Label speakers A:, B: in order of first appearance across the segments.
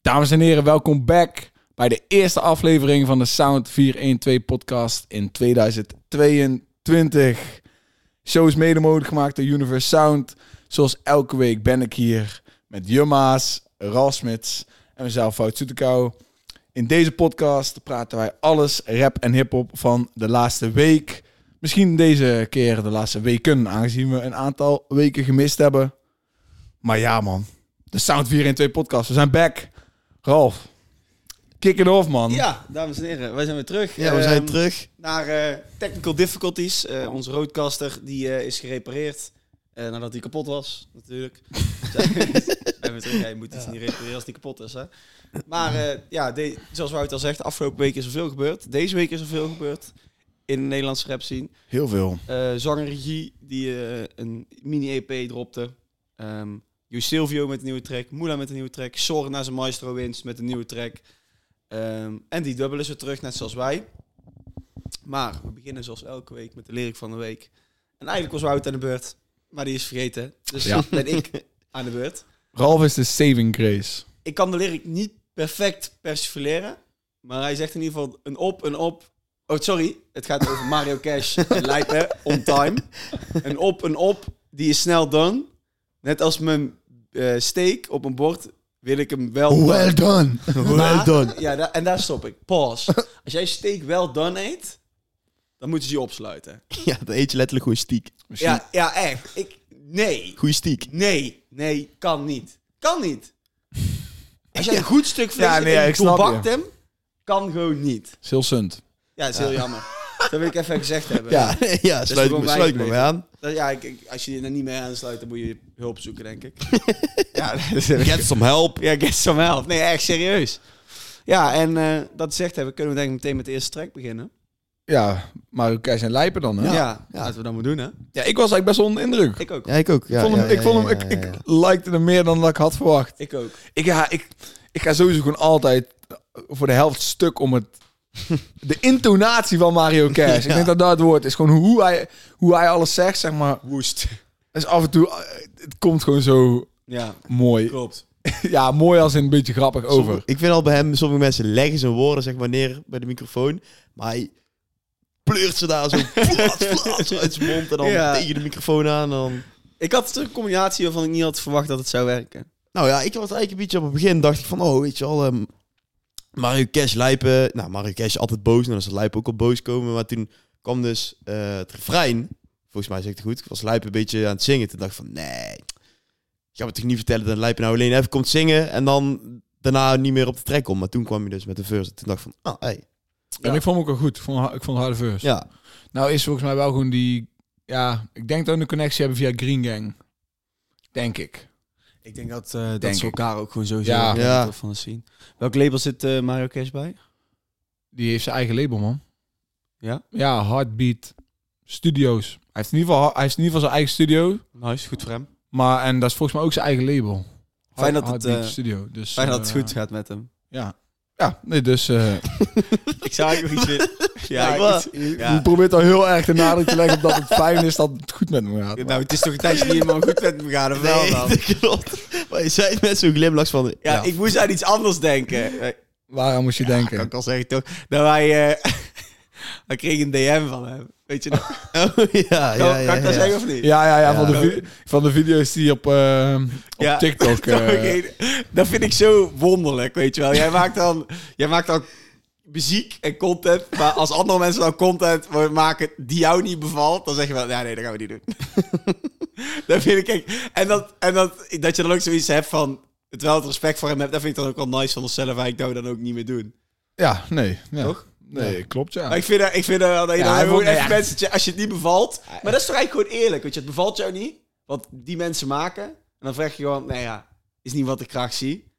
A: Dames en heren, welkom back bij de eerste aflevering van de Sound 412 podcast in 2022. Show is mede mogelijk gemaakt door Universe Sound. Zoals elke week ben ik hier met Jumma's, Rasmits en mezelf, Fout Soetekou. In deze podcast praten wij alles rap en hip-hop van de laatste week. Misschien deze keer de laatste weken, aangezien we een aantal weken gemist hebben. Maar ja, man. De Sound 412 podcast. We zijn back. Ralf, kick it off, man.
B: Ja, dames en heren, wij zijn weer terug.
C: Ja, we
B: Ehm,
C: zijn terug.
B: Naar eh, Technical Difficulties. Eh, onze roadcaster die eh, is gerepareerd. eh, nadat hij kapot was, natuurlijk. Zijn we weer terug. Ja, je moet iets niet repareren als die kapot is, hè. Maar eh, ja, de- zoals Wout al zegt, afgelopen week is er veel gebeurd. Deze week is er veel gebeurd in de Nederlandse rap scene.
A: Heel veel.
B: Eh Zang en Regie, die eh, een mini-EP dropte. Ehm Jo Silvio met een nieuwe track. Moela met een nieuwe track. Soren naar zijn maestro wins met een nieuwe track. Ehm, en die dubbel is weer terug, net zoals wij. Maar we beginnen zoals elke week met de lyric van de week. En eigenlijk was Wout aan de beurt, maar die is vergeten. Dus
A: Ja.
B: ben ik aan de beurt.
A: Ralf is de saving grace.
B: Ik kan de lyric niet perfect persifleren. Maar hij zegt in ieder geval een op, een op. Oh, sorry. Het gaat over Mario Cash en Lijpen. On time. Een op, een op. Die is snel done. Net als mijn eh, steak op een bord wil ik hem wel...
C: Well done. Well
B: Maar-
C: done.
B: Ja, da- en daar stop ik. Pause. Als jij steak wel done eet, dan moeten ze je opsluiten.
C: Ja, dan eet je letterlijk goede stiek.
A: Misschien-
B: Ja, ja echt. Ik, nee.
C: Goede stiek.
B: Nee. Nee, kan niet. Kan niet. Als jij een goed stuk vlees
A: Ja,
B: hebt
A: nee,
B: en je
A: ik snap
B: doorbakt
A: je.
B: hem, kan gewoon niet.
A: is heel sunt.
B: Ja, dat is heel jammer. Dat wil ik even gezegd hebben.
C: Ja, ja sluit
B: gewoon
C: me, sluit me
B: wijkbeter.
C: mee aan.
B: Dat- ja ik, ik- als je er niet mee aansluit, dan moet je hulp zoeken, denk ik. ja,
C: Get some help.
B: ja, get some help. Nee, echt serieus. Ja, en eh, dat gezegd hebben, kunnen we denk ik meteen met de eerste track beginnen.
A: Ja, Mario Keijs en Lijpen dan, hè?
B: Ja,
A: Ja.
C: ja.
B: laten we dat maar doen, hè.
A: ik was eigenlijk best wel onder indruk. Ik
B: Ik ook.
C: Ja, ik ook. Ja,
A: vond hem,
C: ja,
A: ik, vond
C: ja,
A: hem,
C: ja,
A: ik,
C: ja,
A: ik
C: ja.
A: likte hem meer dan dat ik had verwacht.
B: Ik ook.
A: Ik, ja, ik, ik ga sowieso gewoon altijd voor de helft stuk om het... De intonatie van Mario Kers. Ik denk dat dat het woord is. Gewoon hoe hij, hoe hij alles zegt, zeg maar.
B: Woest.
A: Dus af en toe, eh, het komt gewoon zo
B: Ja,
A: mooi.
B: klopt.
A: Ja, mooi als in een beetje grappig
C: Sommige-
A: over.
C: Ik vind al bij hem, sommige mensen leggen zijn woorden zeg maar neer bij de microfoon. Maar hij pleurt ze daar zo plat, plat, zo uit zijn mond en dan
B: Ja.
C: tegen de microfoon aan. en Dan...
B: Ik had een combinatie waarvan ik niet had verwacht dat het zou werken.
C: Nou ja, ik was eigenlijk een beetje op het begin, dacht ik van, oh weet je al, ehm, Mario Cash lijpen. Nou, Mario Cash is altijd boos, en dan zal lijpen ook al boos komen. Maar toen kwam dus eh, het refrein, volgens mij zegt het goed, was lijpen een beetje aan het zingen. Toen dacht ik van, nee, ga me toch niet vertellen dat lijpen nou alleen even komt zingen en dan daarna niet meer op de trek komt. Maar toen kwam je dus met de verse. Toen dacht ik van, ah, hey.
A: En ik vond hem ook wel goed. Ik vond, ik vond harde verse.
C: Ja,
A: Nou is volgens mij wel gewoon die... Ja, ik denk dat we een connectie hebben via Green Gang. Denk ik.
B: Ik denk dat,
A: Denk ze ik.
B: elkaar ook gewoon sowieso
A: Ja.
C: heel Ja. tof
B: van zien. Welk label zit eh, Mario Cash bij?
A: Die heeft zijn eigen label, man.
B: Ja?
A: Ja, Heartbeat Studios. Hij heeft in ieder geval, hij heeft in ieder geval zijn eigen studio.
B: Nice, goed voor hem.
A: Maar en dat is volgens mij ook zijn eigen label.
B: Fijn dat het,
A: Heartbeat
B: eh,
A: studio. Dus,
B: Fijn dat het
A: eh,
B: goed gaat met hem.
A: Ja. Ja, nee, dus eh
B: Ik zou eigenlijk nog iets willen. Ja,
C: ik wou-
B: ik-
A: je
B: ja.
A: probeert al heel erg de nadruk te leggen op dat het fijn is dat het goed met hem gaat.
B: Nou, het is toch een tijdje niet helemaal goed met me gaan, of wel dan?
C: klopt. Maar je zei het met zo'n glimlach van,
B: Ja,
C: ja,
B: ik moest aan iets anders denken. Eh,
A: Waaraan moest je denken?
B: kan ik al zeggen, toch? Dat wij... eh wij kregen een DM van hem. Weet je nog? Kan,
C: oh, ja, ja, ja,
B: kan ik dat
C: ja.
B: zeggen of niet?
A: Ja, ja, ja, Van,
C: Ja.
A: de vi- van de video's die op, eh, op
B: Ja.
A: TikTok...
B: Dat
A: eh,
B: vind ik een- Dat vind ik zo wonderlijk, weet je wel. Jij maakt dan, jij maakt dan muziek en content, maar als andere mensen dan content maken die jou niet bevalt, dan zeg je wel, ja, nee, dat gaan we niet doen. dat vind ik echt... En, dat, en dat, dat je dan ook zoiets hebt van, terwijl het respect voor hem hebt, dat vind ik dan ook wel nice van onszelf, eigenlijk dat we dat nou ook niet meer doen.
A: ja, nee. Ja.
B: Toch?
A: Nee, klopt, ja.
B: Maar ik vind, dat- ik vind dat wel dat je
A: Ja,
B: dan
A: hij
B: gewoon
A: vond-
B: echt
A: ja.
B: mensen, tja, als je het niet bevalt, maar dat is toch eigenlijk gewoon eerlijk, weet je, het bevalt jou niet, wat die mensen maken, en dan vraag je gewoon, nou ja, is niet wat ik graag zie.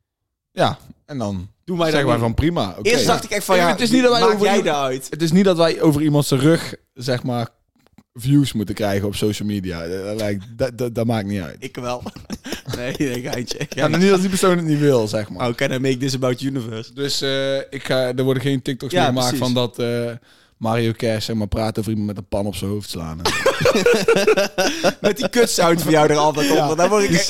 A: Ja, en dan
B: Doe mij dat
A: zeggen wij
B: niet.
A: van prima. oké.
B: Eerst dacht ik echt van ja,
A: het is niet dat wij
B: maak
A: over
B: jij
A: iemand-
B: daaruit.
A: Het is niet dat wij over iemand zijn rug, zeg maar, views moeten krijgen op social media. Dat, dat lijkt- dat, dat, dat maakt niet uit.
B: Ik wel. nee, nee, geintje.
A: Ja, maar niet dat die persoon het niet wil, zeg maar.
B: Oh, can I make this about universe?
A: Dus eh, ik ga, er worden geen TikToks
B: Ja,
A: meer gemaakt
B: precies.
A: van dat eh, Mario Kers zeg maar, praat over iemand met een pan op zijn hoofd slaan. En zo.
B: Met die kutsound van jou er altijd op. want Dan word ik echt...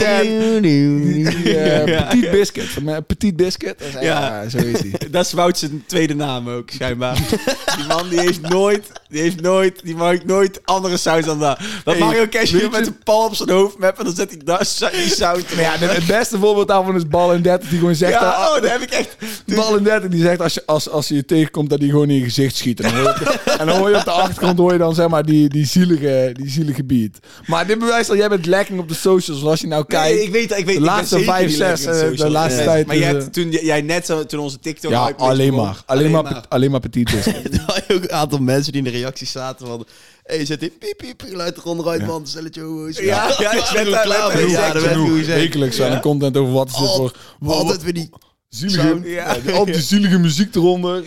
A: Die, eh,
B: Ja.
A: Petit Biscuit. Van, eh, Petit Biscuit. Dat is-
B: Ja.
A: ja, zo heet die.
B: Dat is Wout zijn tweede naam ook, schijnbaar. die man die heeft nooit, die heeft nooit, die maakt nooit andere sounds dan dat. Dat
A: Hey,
B: Mario Cash
A: weet
B: hier met
A: je-
B: zijn pal op zijn hoofd meppen, dan zet hij daar zo- die sound.
A: Maar ja, de- het beste voorbeeld daarvan is Bal en 30 die gewoon zegt...
B: Ja,
A: dat-
B: oh, dat heb ik echt.
A: Bal en 30 eh, die zegt als je, als, als je je tegenkomt dat die gewoon in je gezicht schiet. En dan hoor je, en dan hoor je op de achtergrond hoor je dan zeg maar die, die, zielige, die zielige beat. Maar dit bewijst al, jij bent lekking op de socials. Want als je nou kijkt...
B: Nee, ik weet dat. Ik weet,
A: de
B: ik ben
A: laatste
B: zeker
A: vijf,
B: niet
A: zes,
B: lekker in
A: eh, de
B: socials.
A: laatste
B: Nee.
A: tijd
B: Maar jij
A: is, eh,
B: hebt, toen jij net zo, toen onze TikTok.
A: ja,
B: hype een beetje
A: alleen
B: begon,
A: maar. Alleen maar, pe- alleen maar Petit Biscuit.
C: Er waren ook een aantal mensen die in de reacties zaten van... Hé, hey, zet die piep piep geluid er onderuit, man. Stel het je hoes.
B: Ja, ja, ik ben daar-
C: klaar
B: ben
C: voor.
B: daar-
C: Ja, dat werd
A: Genoeg.
C: goed gezegd.
A: Wekelijks aan de content over wat is dit voor...
C: Alt- Altijd weer die...
A: Zielige,
B: Ja.
A: ja. al die zielige muziek eronder.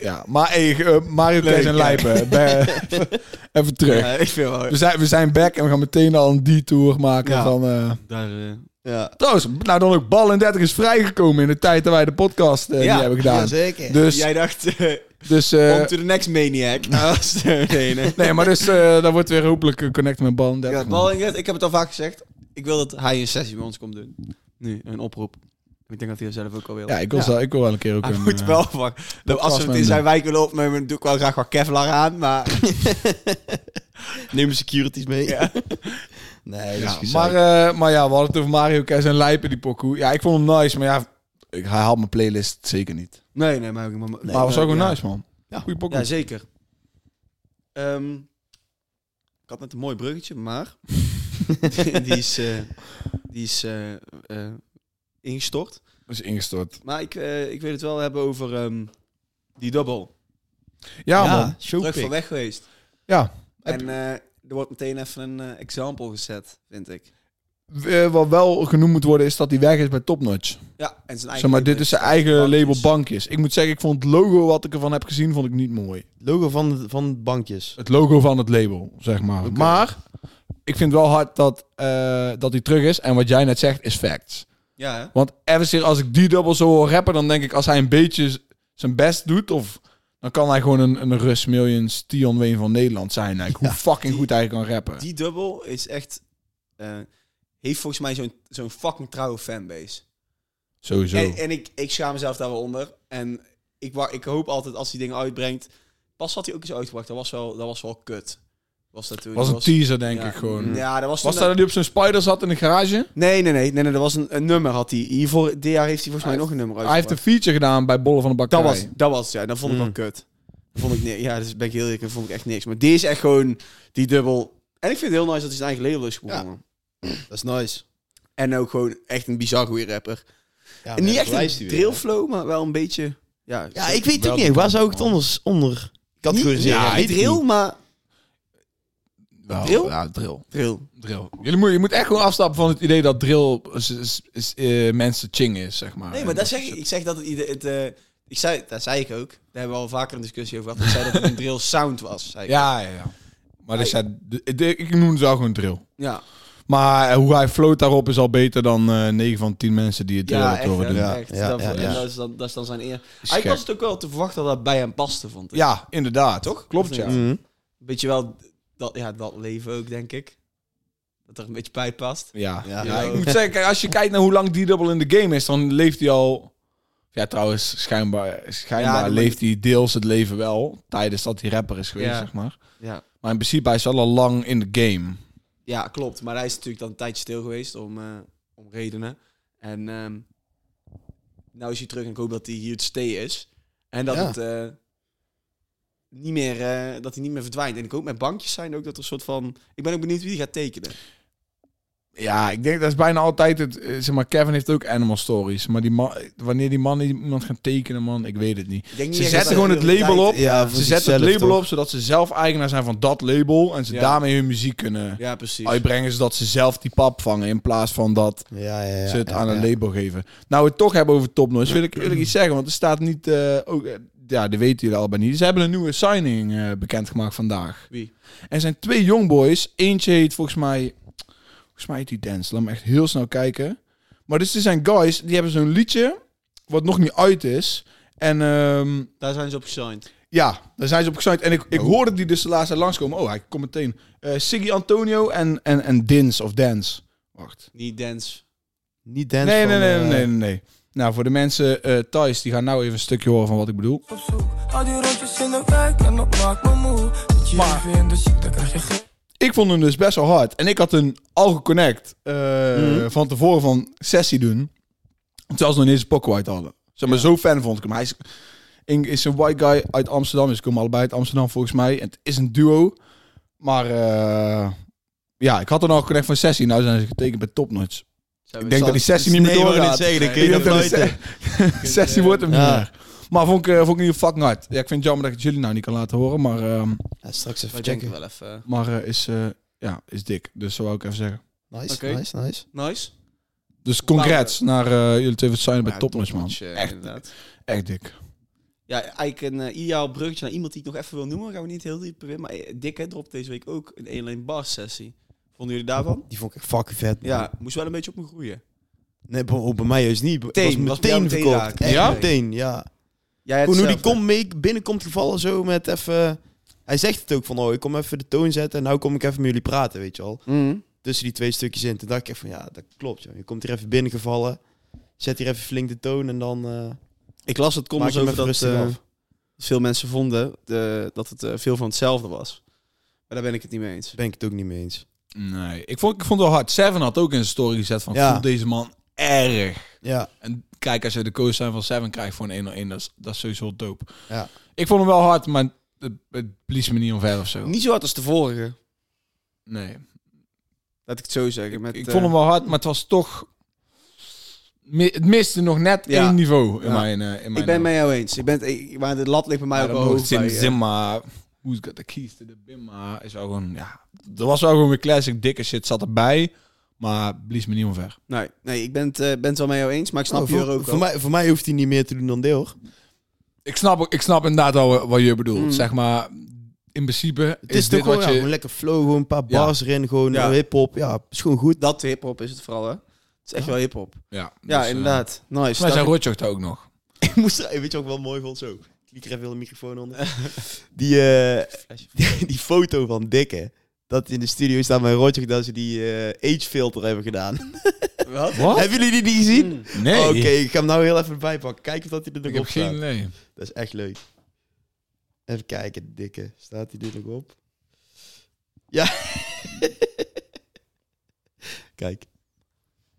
A: Ja, maar hey, eh, Mario Kart en
B: ja.
A: Lijpen. Bij- Even terug.
B: Ja, Eh, ik vind wel.
A: We, zijn, we zijn back en we gaan meteen al een detour maken
B: Ja.
A: van... eh,
B: Daar, eh,
C: Ja,
A: trouwens, nou dan ook Bal en 30 is vrijgekomen in de tijd dat wij de podcast eh,
B: Ja,
A: die hebben gedaan.
C: zeker.
A: dus,
B: jij dacht, eh,
A: dus eh,
B: on to the next maniac. Nou, dat is de ene.
A: nee, maar dus, eh daar wordt weer hopelijk eh, connect met Bal en 30.
B: Ja, Paul Engert, ik heb het al vaak gezegd. Ik wil dat hij een sessie bij ons komt doen. Nu, een oproep. Ik denk dat hij dat zelf ook al wil.
A: Ja, ik wil, zo- ik wil wel een keer ook
B: Hij
A: een,
B: moet
A: eh,
B: wel van. dat als we het in
A: vastnemen.
B: zijn wijk willen opnemen, doe ik wel graag wat Kevlar aan. Maar
C: Neem de securities mee. Nee, dat
A: Ja,
C: is gezeik.
A: maar, eh, maar ja, we hadden het over Mario Kart en Lijpen, die pokoe. Ja, ik vond hem nice, maar ja, ik, hij haalt mijn playlist zeker niet.
B: nee, nee, maar, maar,
A: maar hij was ook wel
B: ja.
A: nice, man.
C: Ja.
A: Goeie pokoe.
B: Ja, zeker. Ehm, ik had net een mooi bruggetje, maar die is, eh, die is eh, eh, ingestort.
A: is ingestort.
B: Maar ik, eh, ik wil het wel hebben over ehm, die dubbel.
A: Ja, man.
B: Terug van weg geweest.
A: Ja.
B: En eh, er wordt meteen even een eh example gezet, vind ik.
A: Eh, wat wel genoemd moet worden is dat hij weg is bij Topnotch.
B: Ja, en zijn eigen
A: Zeg maar, dit is zijn eigen label bankjes. Ik moet zeggen, ik vond het logo wat ik ervan heb gezien, vond ik niet mooi.
C: Logo van, van bankjes.
A: Het logo van het label, zeg maar. Maar ik vind wel hard dat, eh, dat hij terug is. En wat jij net zegt, is facts.
B: Ja, hè?
A: Want even serieus, als ik die dubbel zo hoor rappen, dan denk ik als hij een beetje z- zijn best doet, of dan kan hij gewoon een, een Rus Millions Tion Wayne van Nederland zijn. Eigenlijk. Hoe fucking
B: die-
A: goed hij kan rappen.
B: Die dubbel is echt... eh, heeft volgens mij zo'n zo'n fucking trouwe fanbase.
A: Sowieso.
B: En, en ik, ik schaam mezelf daar wel onder. En ik, wa- ik hoop altijd als hij dingen uitbrengt... Pas had hij ook eens uitgebracht. Dat was wel, dat was wel kut. Was dat toen?
A: was een
B: Dat
A: teaser, denk
B: ja.
A: ik gewoon.
B: Ja, dat was toen...
A: Was dat dat hij op zijn spider zat in de garage?
B: Nee, nee, nee, nee, nee. Dat was een, een nummer had hij. Hiervoor, dit jaar heeft hij volgens mij
A: Hij
B: nog een nummer
A: Hij heeft
B: uitgebracht.
A: een feature gedaan bij Bollen van de Bakkerij.
B: Dat was, dat was ja. Dat vond ik
C: Mm.
B: wel kut. Dat vond ik ni- ja, dus ben ik heel eerlijk, dat vond ik echt niks. Maar deze is echt gewoon die dubbel. En ik vind het heel nice dat hij zijn eigen label is gewonnen.
C: Dat is nice.
B: En ook gewoon echt een bizar goede rapper.
C: Ja,
B: en niet echt een drillflow, maar wel een beetje... Ja,
C: Ja, ik weet het ook niet. Waar zou ik het anders onder
B: Niet,
C: categoriseren?
B: ja,
C: Weet ik
B: drill,
C: niet.
B: maar...
A: Wel,
B: Drill?
A: Ja, drill.
B: Drill.
A: drill. Jullie moet, je moet echt gewoon afstappen van het idee dat drill is, is, is, eh, mensen ching is, zeg maar.
B: Nee,
A: En
B: maar dat zeg
A: is
B: ik.
A: het.
B: Ik zeg dat het... ieder- het eh, ik zei, dat zei ik ook. Daar hebben we al vaker een discussie over gehad. Ik zei dat het een drill sound was. zei ik.
A: Ja, ja, ja. Maar dus, ja, de- de- ik noem het wel gewoon drill.
B: ja.
A: Maar eh, hoe hij float daarop is al beter dan eh 9 van 10 mensen die het drill
B: Ja,
A: ja,
B: echt,
A: horen
B: hè,
A: doen. Ja.
B: echt.
C: Ja,
B: dat,
C: ja,
B: en
C: ja.
B: Dat, is dan, dat is dan zijn eer.
A: gek.
B: Eigenlijk was het ook wel te verwachten dat dat bij hem paste, vond ik.
A: inderdaad.
B: Toch?
A: Klopt,
B: Of
A: ja.
B: niet?
C: Mhm.
B: Beetje wel dat, ja, dat leven ook, denk ik. Dat er een beetje bij past.
A: Ja. Ja.
C: Ja.
A: ik moet zeggen, kijk, als je kijkt naar hoe lang die dubbel in de game is, dan leeft hij al... Ja, trouwens, schijnbaar,
B: Ja,
A: schijnbaar
B: dat
A: leeft hij deels het leven wel, tijdens dat hij rapper is geweest,
B: Ja.
A: zeg maar.
B: Ja.
A: Maar in principe, hij is wel al lang in de game.
B: ja, klopt. Maar hij is natuurlijk dan een tijdje stil geweest om, eh, om redenen. En ehm nou is hij terug en ik hoop dat hij hier te stay is. En dat
C: Ja.
B: het eh, niet meer, eh, dat hij niet meer verdwijnt. En ik hoop met bankjes zijn ook dat er een soort van... Ik ben ook benieuwd wie die gaat tekenen.
A: Ja, ik denk dat is bijna altijd het. eh, Zeg maar, Kevin heeft ook animal stories. Maar die man, wanneer die man iemand gaat tekenen, man, ik weet het niet.
B: Ik denk niet
A: Ze
B: echt dat
A: zetten
B: dat
A: gewoon het
B: heel de
A: label
B: tijd-
A: op.
C: Ja, voor
A: Ze zetten het
C: zichzelf,
A: label
C: toch?
A: op zodat ze zelf eigenaar zijn van dat label. En ze
B: Ja.
A: daarmee hun muziek kunnen
B: Ja, precies.
A: uitbrengen. Zodat ze zelf die pap vangen. In plaats van dat
C: Ja, ja, ja.
A: ze het
C: ja,
A: aan
C: ja.
A: een label geven. Nou, we het toch hebben over Top Notch, Wil ik, wil ik iets zeggen, want er staat niet. eh, ook, eh, ja, dat weten jullie allemaal niet. Ze hebben een nieuwe signing eh, bekendgemaakt vandaag.
B: Wie?
A: Er zijn twee jongboys. Eentje heet volgens mij. Volgens mij heet die Dance. Laat me echt heel snel kijken. Maar dus er zijn guys die hebben zo'n liedje. Wat nog niet uit is. En ehm,
B: Daar zijn ze op gesigned.
A: Ja, daar zijn ze op gesite. En ik, ik
B: Oh.
A: hoorde die dus de laatste tijd langskomen. Oh, hij komt meteen. Eh Siggy Antonio en, en, en Dins of Dance. Wacht.
B: Niet dance.
C: Niet dance
A: Nee,
C: van,
A: nee, nee,
C: eh,
A: nee, nee, nee. Nou, voor de mensen eh thuis, die gaan nou even een stukje horen van wat ik bedoel.
D: op zoek. Al die rondjes in de wijk en dat maakt me moe. Zit je
A: Maar-
D: even in de shit, dan krijg je geen
A: Ik vond hem dus best wel hard. En ik had een Alge Connect eh,
C: Mhm.
A: van tevoren van sessie doen. Terwijl ze nog niet eens een pokken white hadden. Zeg maar, zo fan vond ik hem. Hij is, Ing is een white guy uit Amsterdam. Dus ze komen allebei uit Amsterdam volgens mij. En het is een duo. Maar eh, ja, ik had een Alge Connect van sessie. Nou zijn ze getekend bij Topnotch. Ik denk dat die sessie niet meer
C: nee, wou
A: doorgaat.
C: net zeggen, dan
B: Nee,
C: kun je
A: Ik
C: naar
A: denk dat de
C: buiten.
A: se-
B: eh,
A: sessie wordt hem niet
C: Ja.
A: meer. Maar vond ik, eh, vond ik in ieder geval fucking hard. Ja, ik vind het jammer dat ik het jullie nou niet kan laten horen. Maar, ehm,
C: Ja, straks even
B: Maar denk ik
C: checken.
B: wel even.
A: maar eh, is, eh, ja, is dik. Dus zo wou ik even zeggen.
C: Nice,
B: Oké.
C: nice, nice.
B: Nice.
A: Dus congrats naar eh, jullie twee voor het signen bij Topnotch, man.
B: Echt. eh, Inderdaad.
A: Echt dik.
B: Ja, eigenlijk een eh, ideaal bruggetje naar iemand die ik nog even wil noemen. Gaan we niet heel diep erin. Maar eh, Dikke dropt deze week ook een 1 lane bar sessie. Vonden jullie daarvan?
C: Die vond ik echt fucking vet. man.
B: Ja, moest wel een beetje op me groeien.
C: Nee, oh, bij, bij mij juist niet. Het
B: Meteen,
C: was
B: was bij jou
C: meteen
B: meteen
C: verkocht.
B: raken.
C: Echt
A: Ja?
C: meteen, ja.
B: Jij had
C: Gewoon hoe die
B: hetzelfde.
C: kom mee, binnenkomt gevallen zo met even... Hij zegt het ook van, oh, ik kom even de toon zetten en nou kom ik even met jullie praten, weet je al.
B: Mhm.
C: Tussen die twee stukjes in. Toen dacht ik echt van, ja, dat klopt. joh. Je komt hier even binnengevallen, zet hier even flink de toon en dan... eh,
B: Ik las het
C: Maak
B: comments
C: je hem
B: over dat
C: even rustig
B: eh,
C: af.
B: veel mensen vonden eh, dat het eh, veel van hetzelfde was. Maar daar ben ik het niet mee eens.
C: ben ik het ook niet mee eens.
A: Nee, ik vond, ik vond het wel hard. Seven had ook in zijn story gezet van,
C: Ja.
A: vond deze man erg.
C: Ja,
A: En kijk, als je de coach zijn van Seven krijgt voor een 1-1, dat is, dat is sowieso dope.
C: Ja.
A: Ik vond hem wel hard, maar het, het blies me niet omver of zo.
B: Niet zo hard als de vorige,
A: Nee.
B: laat ik het zo zeggen. Met,
A: ik
B: eh,
A: vond hem wel hard, maar het was toch... mi- het miste nog net
B: Ja.
A: één niveau in
B: Ja.
A: mijn... eh, in mijn
B: ik ben het met jou eens. Ik ben, het- ik, maar de lat ligt bij mij
A: Ja,
B: ook
A: dan
B: wel
A: mogen
B: hoog.
A: het in
B: bij,
A: de
B: eh,
A: zin, maar who's got the keys to the bimma is wel gewoon, ja. Er was wel gewoon weer classic dikke shit zat erbij, maar blies me niet omver.
B: nee, nee, ik ben het, eh, ben het wel met jou eens, maar ik snap
C: Oh,
B: je
C: voor,
B: er ook wel.
C: voor mij, voor mij hoeft hij niet meer te doen dan deel, hoor.
A: Ik snap, ook- ik snap inderdaad wel wat je bedoelt,
B: Mm.
A: zeg maar. In principe
C: Het is,
A: dit
C: toch gewoon,
A: wat
C: ja,
A: je...
C: gewoon lekker flow, gewoon een paar
A: Ja.
C: bars erin, gewoon
B: Ja.
C: eh, hip-hop. Ja, is gewoon goed.
B: Dat hip-hop is het vooral, hè? Het is echt wel hip-hop.
A: ja,
B: Ja,
A: dus, eh,
B: inderdaad. Nice.
A: Volgens mij zijn
B: Dat-
A: Rotjoch daar ook nog.
C: Ik moest er, weet je wat ik wel mooi vond zo? Ik kreeg wel een microfoon onder. Die, eh, die, die foto van Dikke. Dat in de studio staat mijn Roger dat ze die eh, age filter hebben gedaan.
B: Wat?
A: Wat?
C: Hebben jullie die niet gezien?
A: Nee,
B: Oh,
C: Oké, ik ga hem nou heel even bijpakken. Kijken of dat hij er
A: ik
C: nog
A: heb
C: op staat.
A: geen idee.
C: Dat is echt leuk. Even kijken, Dikke. Staat hij er nog op? Ja. Kijk.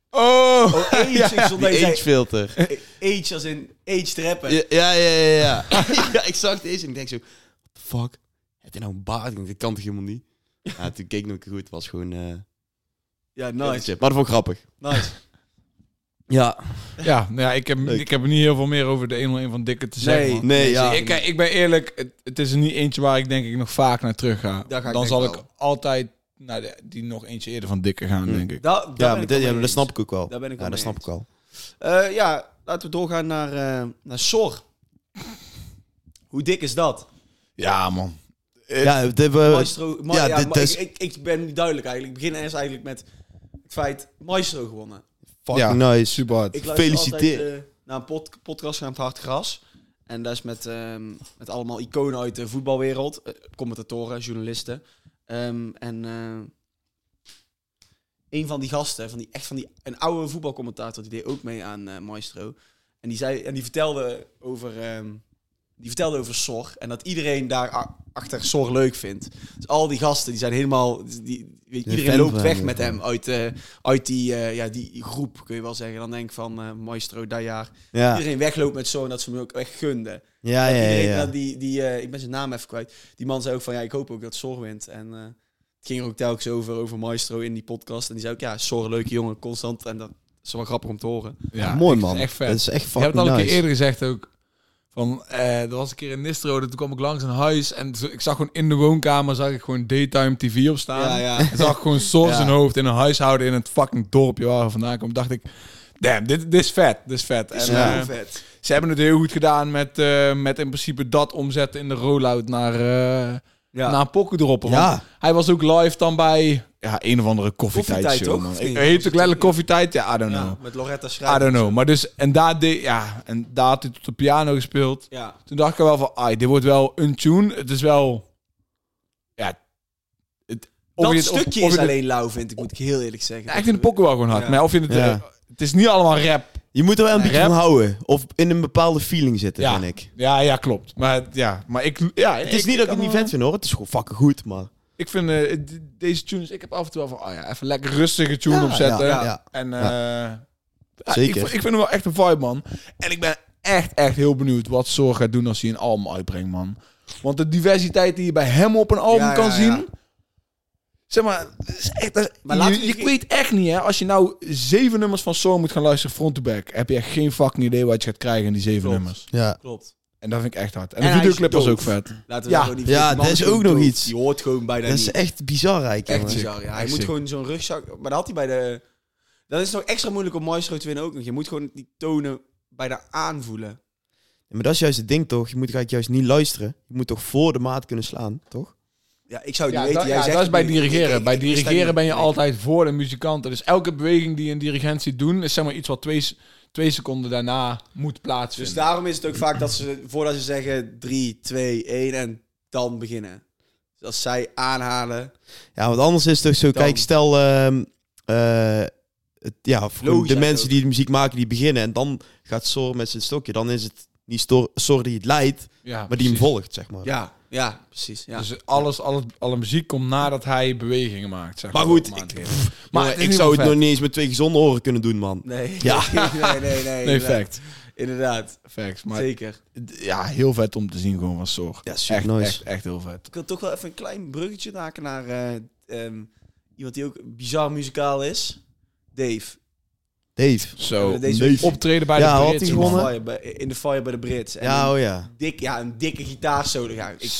A: Oh!
B: Oh, age. Ik stond
C: Die
B: deze
C: age filter.
B: age als in age trappen.
C: Ja, ja, ja, ja. Ja, ja ik zag deze en ik denk zo, what the fuck? Heb je nou een baard? Ik denk, Dat kan toch helemaal niet? Ja, toen keek ik nog goed. Het was gewoon... eh,
B: Ja,
C: filtertje.
B: nice.
C: Maar dat vond ik grappig.
B: Nice.
C: Ja.
A: Ja, nou ja, ik, heb,
C: Leuk.
A: ik heb niet heel veel meer over de 101 van Dikke te zeggen.
B: Nee,
A: man.
C: Nee, ja.
A: Ik, kijk, ik ben eerlijk, het, het is er niet eentje waar ik denk ik nog vaak naar terug ga.
B: Daar ga
A: Dan
B: ik denk
A: zal
B: wel.
A: ik altijd naar de, die nog eentje eerder van dikke gaan,
C: Hmm.
A: denk ik.
B: Da- daar ben ik
C: Ja, maar
B: wel
C: dat, ja,
B: mee
C: dat snap
B: eens.
C: ik ook wel.
B: Daar ben ik wel
C: ja, dat
B: mee
C: snap
B: eens.
C: ik wel.
B: Eh, ja, laten we doorgaan naar, eh, naar Sor. Hoe dik is dat?
A: Ja, man.
C: Ja, dit hebben we-
B: Maestro. Ma- ja,
C: Eh, ja, dit
B: ma-
C: is
B: ik, ik, ik ben nu duidelijk eigenlijk. Ik begin eerst eigenlijk met het feit Maestro gewonnen.
C: fucking
A: Ja.
C: nice.
A: Super hard.
B: Ik luister
C: Gefeliciteerd.
B: altijd eh, naar een pod- podcast genaamd Hard Gras. En dat is met, ehm, met allemaal iconen uit de voetbalwereld. eh, commentatoren, journalisten. Ehm, en eh, een van die gasten, van die, echt van die, een oude voetbalcommentator, die deed ook mee aan eh, Maestro. En die, zei, en die vertelde over... ehm, die vertelde over Sor en dat iedereen daar a- achter Sor leuk vindt. Dus al die gasten die zijn helemaal, die, weet, je, iedereen
C: fan
B: loopt
C: van
B: weg
C: hem,
B: met
C: ja.
B: hem uit, eh, uit die, eh, ja, die groep, kun je wel zeggen. Dan denk ik van eh, Maestro dat jaar.
C: Ja, ja,
B: eh, Iedereen wegloopt met Sor en dat ze hem ook echt gunden.
C: ja.
B: Dat
C: ja,
B: iedereen-
C: ja.
B: dat die, die, eh, ik ben zijn naam even kwijt. Die man zei ook van, ja, ik hoop ook dat Sor wint. En eh, het ging er ook telkens over, over Maestro in die podcast. En die zei ook, ja, Sor, leuke jongen, constant. En dat is wel grappig om te horen.
A: Ja,
C: Mooi
A: echt-
C: man.
A: Echt
C: Dat
A: vet.
C: is echt
A: Je hebt
C: fucking
A: het al een
C: nice.
A: keer eerder gezegd ook. Van, eh er was een keer in Nistrode, toen kwam ik langs een huis en zo- ik zag gewoon in de woonkamer, zag ik gewoon daytime tv op staan.
B: Ja, ja.
A: En zag ik gewoon Sor
C: Ja.
A: zijn hoofd in een huishouden in het fucking dorpje waar we vandaan komen. Dacht ik, damn, dit, dit is vet, dit is vet.
B: Is
A: En,
B: wel
A: eh,
B: heel vet.
A: Ze hebben het heel goed gedaan met, eh, met in principe dat omzetten in de rollout naar, eh
B: Ja.
A: naar een pokken droppen. Want
C: Ja.
A: Hij was ook live dan bij ja, een of andere koffietijd,
B: Koffietijd,
A: show,
B: toch?
A: man.
B: Of
A: Ik-
B: niet?
A: Heet het ook letterlijk koffietijd? Ja, I don't
B: Ja,
A: know.
B: met Loretta
A: nou. I
B: Schrijver.
A: don't know. Maar dus, en daar, deed, ja, en daar had hij tot de piano gespeeld.
B: Ja.
A: Toen dacht ik er wel van, ai, dit wordt wel een tune. Het is wel, ja... Het, of
B: Dat
A: je het- of-
B: stukje
A: of
B: is
A: je het-
B: alleen lauw, vind ik, moet ik heel eerlijk zeggen.
A: Ja, ik vind de pokken wel gewoon hard.
B: Ja.
A: Maar of je het,
C: Ja.
A: het is niet allemaal rap.
C: Je moet er wel een beetje
A: rap.
C: van houden. Of in een bepaalde feeling zitten,
A: Ja.
C: vind ik.
A: Ja, ja, klopt. Maar ja, maar ik, ja,
C: Het is niet dat ik het niet vet vind, hoor. Het is gewoon fucking goed, maar...
A: Ik vind eh, d- deze tunes, ik heb af en toe wel van, oh ja, even lekker rustige tune
C: Ja,
A: opzetten.
C: ja, ja.
A: En eh, ja,
C: Zeker.
A: Ik, vind- ik vind hem wel echt een vibe, man. En ik ben echt, echt heel benieuwd wat Zorg gaat doen als hij een album uitbrengt, man. Want de diversiteit die je bij hem op een album
B: Ja,
A: kan
B: ja,
A: zien...
B: ja.
A: Zeg maar, dat is echt, dat is-
B: Maar laten
A: je,
B: we-
A: je weet echt niet, hè. Als je nou zeven nummers van Zorg moet gaan luisteren front to back... heb je echt geen fucking idee wat je gaat krijgen in die zeven
B: Klopt.
A: nummers.
C: Ja.
B: Klopt.
A: En dat vind ik echt hard. En, de
B: En hij is
A: videoclip was
B: doof.
A: ook vet.
B: Laten we
A: Ja.
B: dat gewoon niet
C: Ja,
B: vergeten. Die man
C: dat is ook
B: gewoon
C: nog
B: doof.
C: iets.
B: Die hoort gewoon bijna
C: Dat
B: niet.
C: is echt bizar, rijk,
B: Echt
C: jongen.
B: bizar, ja. Hij
A: Echt
B: moet
A: sick.
B: gewoon zo'n rugzak... Maar dat had hij bij de... Dat is nog extra moeilijk om Maestro te winnen ook nog. Je moet gewoon die tonen bijna aanvoelen.
C: Maar dat is juist het ding, toch? Je moet eigenlijk juist niet luisteren. Je moet toch voor de maat kunnen slaan, toch?
B: Ja, ik zou het
A: Ja,
B: niet
A: dat,
B: weten. Jij
A: ja,
B: zegt
A: dat is
B: het
A: bij
B: nu.
A: dirigeren.
B: Ik- ik-
A: bij
B: ik- ik sta
A: dirigeren
B: niet-
A: ben je
B: nee.
A: altijd voor de muzikanten. Dus elke beweging die een dirigent ziet doen, is zeg maar iets wat twee, s- twee seconden daarna moet plaatsvinden.
B: Dus daarom is het ook vaak dat ze, voordat ze zeggen 3, 2, 1 en dan beginnen. Dus als zij aanhalen,
C: Ja, want anders is het toch zo...
B: Dan-
C: Kijk, stel... ehm, eh, het, ja, voor
B: Logisch
C: de mensen
B: eigenlijk
C: die de muziek maken, die beginnen. En dan gaat Sor met zijn stokje. Dan is het niet Sor, Sor die het leidt,
A: ja,
C: maar die hem
A: precies.
C: volgt, zeg maar.
B: ja, ja, precies. Ja.
A: Dus alles, alles, alle muziek komt nadat hij bewegingen maakt. Zeg
C: Maar goed,
A: op maand
C: ik-
A: één.
C: Maar
A: het is
C: ik
A: niet
C: zou het
A: wel
C: nog
A: vet.
C: niet eens met twee gezonde oren kunnen doen, man.
B: nee.
C: Ja.
B: nee, nee, nee.
A: Nee,
B: inderdaad.
A: fact.
B: Inderdaad,
A: Facts. Maar
B: zeker.
A: d- ja, heel vet om te zien gewoon van Zorg.
C: Ja, super
A: echt,
C: nice.
A: echt, echt heel vet.
B: Ik wil toch wel even een klein bruggetje maken naar eh, ehm, iemand die ook bizar muzikaal is. Dave.
C: Dave.
A: Zo,
B: Deze
A: leuk. optreden bij
C: Ja, had
A: de
C: hij
A: Brits.
B: In de
C: gewonnen?
B: Fire bij- In de fire bij de Brits. En
C: Ja,
B: een,
C: oh ja.
B: dik, ja, een dikke gitaarsolo. Ja, ik,
A: Echt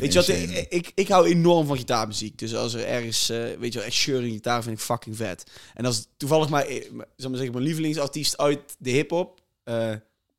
B: weet je
C: eh,
B: wat,
A: insane.
B: ik, ik, ik hou enorm van gitaarmuziek. Dus als er ergens, eh, weet je wel, echt shirring gitaar vind ik fucking vet. En als toevallig maar, eh, m- zal ik maar zeggen, mijn lievelingsartiest uit de hip-hop eh,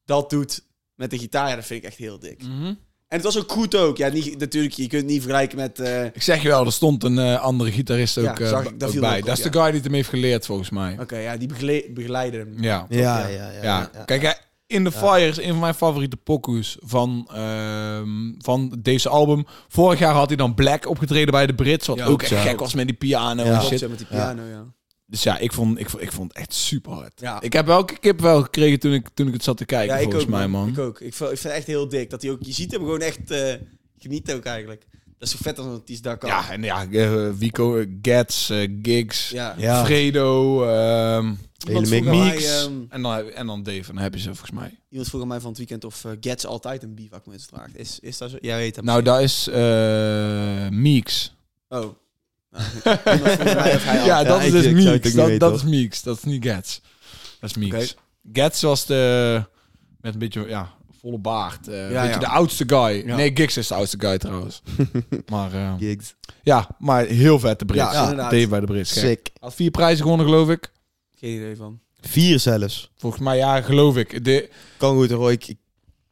B: dat doet met de gitaar, ja, dat vind ik echt heel dik.
A: Mhm.
B: En het was ook goed ook. Ja, niet, natuurlijk, je kunt het niet vergelijken met... eh, Oké,
A: Ik zeg je wel, er stond een eh, andere gitarist ook,
B: Ja,
A: eh,
B: zag ik, dat
A: ook
B: viel me
A: bij.
B: ook
A: Dat is
B: op,
A: de guy die het hem heeft geleerd, volgens mij.
B: ja, die begle- begeleiden hem.
A: Ja.
C: Ja, ja, ja.
A: Ja, kijk, hij- In The Fire is een van mijn favoriete pokoes van, ehm, van deze album. Vorig jaar had hij dan Black opgetreden bij de Brits, wat
B: Ja,
A: ook echt
C: zo.
A: gek was met die piano
C: Ja.
A: en
B: Klopt,
A: shit.
B: ja, met die piano, ja.
A: Dus ja, ik vond, ik, vond- ik vond het echt super hard.
B: Ja.
A: Ik heb wel kip wel gekregen toen ik, toen ik het zat te kijken,
B: ja, ik
A: volgens
B: ook,
A: mij, man.
B: Ik ook. Ik vind, ik vind het echt heel dik. Dat hij ook, je ziet hem gewoon echt eh, genieten ook eigenlijk. Dat is zo vet als een artiest daar kan.
A: Ja, en ja, eh, Wico, eh, Gats, eh, Gigs,
B: ja.
C: Ja.
A: Fredo, ehm,
B: Iemand
C: Hele
B: vroeg aan
C: mix.
B: mij, ehm,
A: en, dan, heb- en dan Dave. En dan heb je ze volgens mij.
B: iemand vroeg aan mij van het weekend of eh, Gets altijd een bivakmuts draagt. Is, is dat zo? Jij weet dat.
A: Nou, daar is eh Meeks.
B: misschien. Oh. Nou, iemand vroeg mij of hij al-
A: ja,
C: Ja,
A: dat is
C: ik-
A: dus
C: ik zou het ook
A: Meeks.
C: niet
A: Dat,
C: weten,
A: dat
C: hoor.
A: is Meeks. Dat is niet Gats. Dat is Meeks. Gats was de... Met een beetje, ja, volle baard. eh
B: Ja,
A: beetje
B: ja.
A: de oudste guy.
B: Ja.
A: Nee, Giggs is de oudste guy trouwens. maar eh,
C: Gigs.
A: ja, maar heel vet de Brits.
B: Ja, inderdaad.
A: Dave bij de Brits. gek.
C: Sick.
A: Had vier prijzen gewonnen, geloof ik.
B: Geen idee van.
C: Vier zelfs.
A: Volgens mij, ja, geloof ik. De,
C: Kan goed hoor. Ik, ik-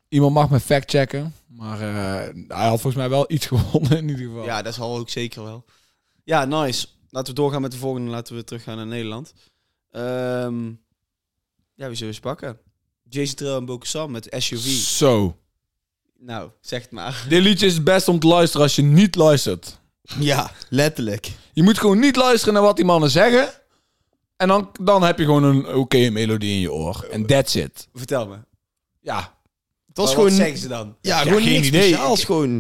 A: iemand mag me factchecken. Maar eh, hij had volgens mij wel iets gewonnen in ieder geval.
B: Ja, dat zal ook zeker wel. Ja, nice. Laten we doorgaan met de volgende. Laten we teruggaan naar Nederland. Ehm, ja, wie zullen we eens pakken? Jason Trail en Bokusam met SUV.
A: Zo.
B: Nou, zeg het maar.
A: Dit liedje is het best om te luisteren als je niet luistert.
C: ja, letterlijk.
A: Je moet gewoon niet luisteren naar wat die mannen zeggen. En dan, dan heb je gewoon een oké melodie in je oor. En that's it.
B: Vertel me.
A: Ja.
C: Het was
B: Maar
C: gewoon...
B: Wat zeggen ze dan?
C: ja,
A: Ja,
C: gewoon
A: geen
C: niks
A: idee.
C: speciaals. Gewoon...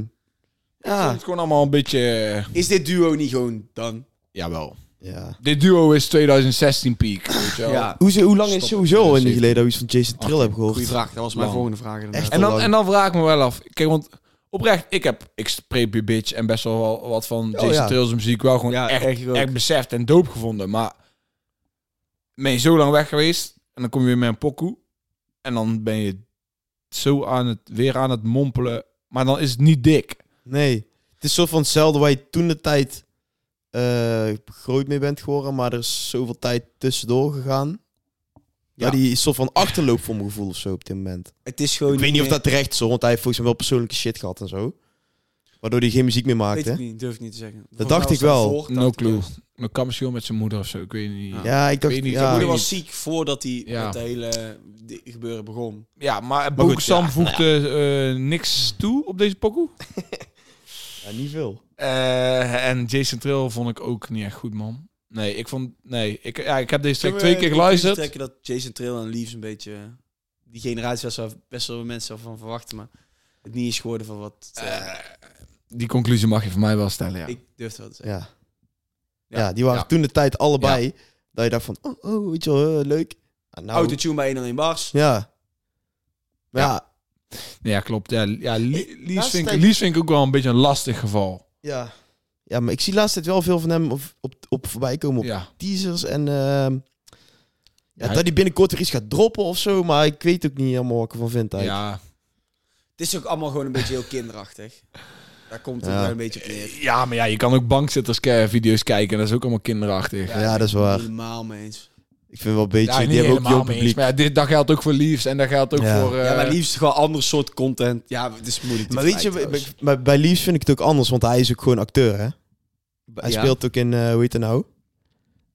A: Het
C: Ja.
A: is gewoon allemaal een beetje... eh,
B: Is dit duo niet gewoon dan?
A: Jawel.
C: ja.
A: Dit duo is 2016 peak. Weet je wel.
B: Ja.
C: Hoe, ze- hoe lang
A: Stop
C: is
A: het.
C: sowieso al in de
A: 70.
C: geleden dat we iets van Jason Trill hebben gehoord?
B: Goeie vraag. Dat was mijn
A: Lang.
B: volgende vraag. inderdaad.
C: Echt.
A: En dan,
C: lang.
A: en dan vraag ik me wel af. Kijk, want oprecht, ik heb... Ik spreek je bitch en best wel wel wat van Jason
C: ja.
A: Trill's muziek wel gewoon
B: Ja,
A: echt,
B: echt ook.
A: echt, beseft en doop gevonden. Maar ben je zo lang weg geweest en dan kom je weer met een pokoe. En dan ben je zo aan het, weer aan het mompelen. Maar dan is het niet dik.
C: Nee. Het is soort van hetzelfde waar je toen de tijd eh, groot mee bent geworden, maar er is zoveel tijd tussendoor gegaan. Ja,
A: Ja.
C: die is soort van achterloop voor mijn gevoel of zo op dit moment.
B: Het is gewoon.
C: Ik weet niet of
B: meer-
C: dat terecht is, hoor, want hij heeft volgens mij wel persoonlijke shit gehad en zo. Waardoor Waardoor hij geen muziek meer
B: Weet
C: maakte.
B: ik niet, durf ik niet te zeggen.
C: Dat dacht ik wel.
A: No clue. Dan kan misschien wel met zijn moeder of zo. Ik weet niet.
B: Ja.
C: Ja, ik dacht...
A: Weet niet,
C: ja,
A: zijn
B: Moeder
A: weet
B: was ziek voordat hij
A: Ja.
B: met het hele di- gebeuren begon.
A: Ja, maar
C: goed,
A: Boek Sam
C: ja,
A: voegde eh, niks toe op deze pokoe.
C: ja, niet veel.
A: Eh, en Jason Trill vond ik ook niet echt goed, man. Nee, ik vond... Nee, ik, ja, ik heb deze track
B: Zullen
A: twee
B: we
A: keer
B: de conclusie
A: geluisterd.
B: trekken dat Jason Trail en Leaves een beetje... Die generatie was wel best wel mensen van verwachten, maar het niet is geworden van wat... eh,
A: Die conclusie mag je van mij wel stellen, ja.
B: Ik durf het wel te zeggen.
C: Ja.
B: Ja.
C: Ja, die waren
A: Ja.
C: toen de tijd allebei. Dat je dacht van, oh, oh weet je wel, eh, leuk. Ah, nou,
B: Autotune bij 1 1 bars.
C: Ja. Maar ja.
A: Ja, klopt. Ja, ja Li- Lies,
C: laatste
A: vind ik,
C: tijd-
A: Lies vind ik ook wel een beetje een lastig geval.
C: ja. Ja, maar ik zie laatst tijd wel veel van hem op, op, op voorbij komen op
A: Ja.
C: teasers. En ehm, ja,
A: Hij-
C: dat hij binnenkort weer iets gaat droppen of zo. Maar ik weet ook niet helemaal wat ik ervan vind eigenlijk.
A: Ja.
B: Het is ook allemaal gewoon een beetje heel kinderachtig. Daar komt het
C: Ja.
B: wel een beetje op neer.
A: ja, maar ja, je kan ook bankzittersvideo's kijken. En dat is ook allemaal kinderachtig.
C: Ja, dat is waar.
B: Helemaal mee eens.
C: Ik vind wel een beetje...
A: Ja, niet
C: die hebben ook
A: helemaal
C: jong
A: mee eens.
C: publiek.
A: Maar ja, dit, dat geldt ook voor Liefs en dat geldt ook
C: Ja.
A: voor... eh,
B: ja, maar liefst gewoon ander soort content. Ja, het is moeilijk te
C: Maar weet je, bij,
B: vergelijken
C: bij, bij- bij Leaves vind ik het ook anders, want hij is ook gewoon acteur, hè? Hij
B: trouwens. Ja.
C: speelt ook in, eh, hoe heet het nou?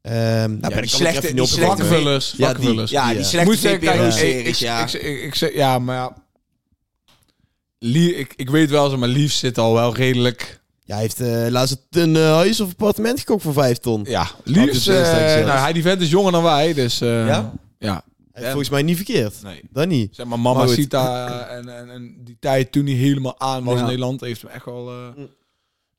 C: Ehm nou ben
B: die
C: ik
B: slechte-
C: slecht
B: die slechte-
C: slechte...
A: Vakvullers.
B: Ja, die-
A: vakvullers.
B: Ja, die
C: Ja.
A: Ik
B: slechte
A: moet zeggen, kijk, ik- ik, ik,
B: VPRO-series, ja.
A: ik, ik, zeg- ja, maar ja. Lie- ik, ik weet wel, zo, maar Liefs zit al wel redelijk...
C: Ja, hij heeft eh, laatst een eh, huis of appartement gekocht voor vijf ton.
A: Ja,
C: Altijd
A: Liefs...
C: zo sterk
A: eh,
C: zelfs.
A: nou, hij die vent is jonger dan wij, dus... eh,
C: Ja?
A: Ja.
C: Hij heeft Volgens mij niet verkeerd.
A: Nee.
C: Dat niet.
A: Zeg maar, mama
C: Maar goed.
A: Sita en, en, en die tijd toen hij helemaal aan was
B: Ja.
A: in Nederland, heeft hem echt wel... eh,
C: Mm.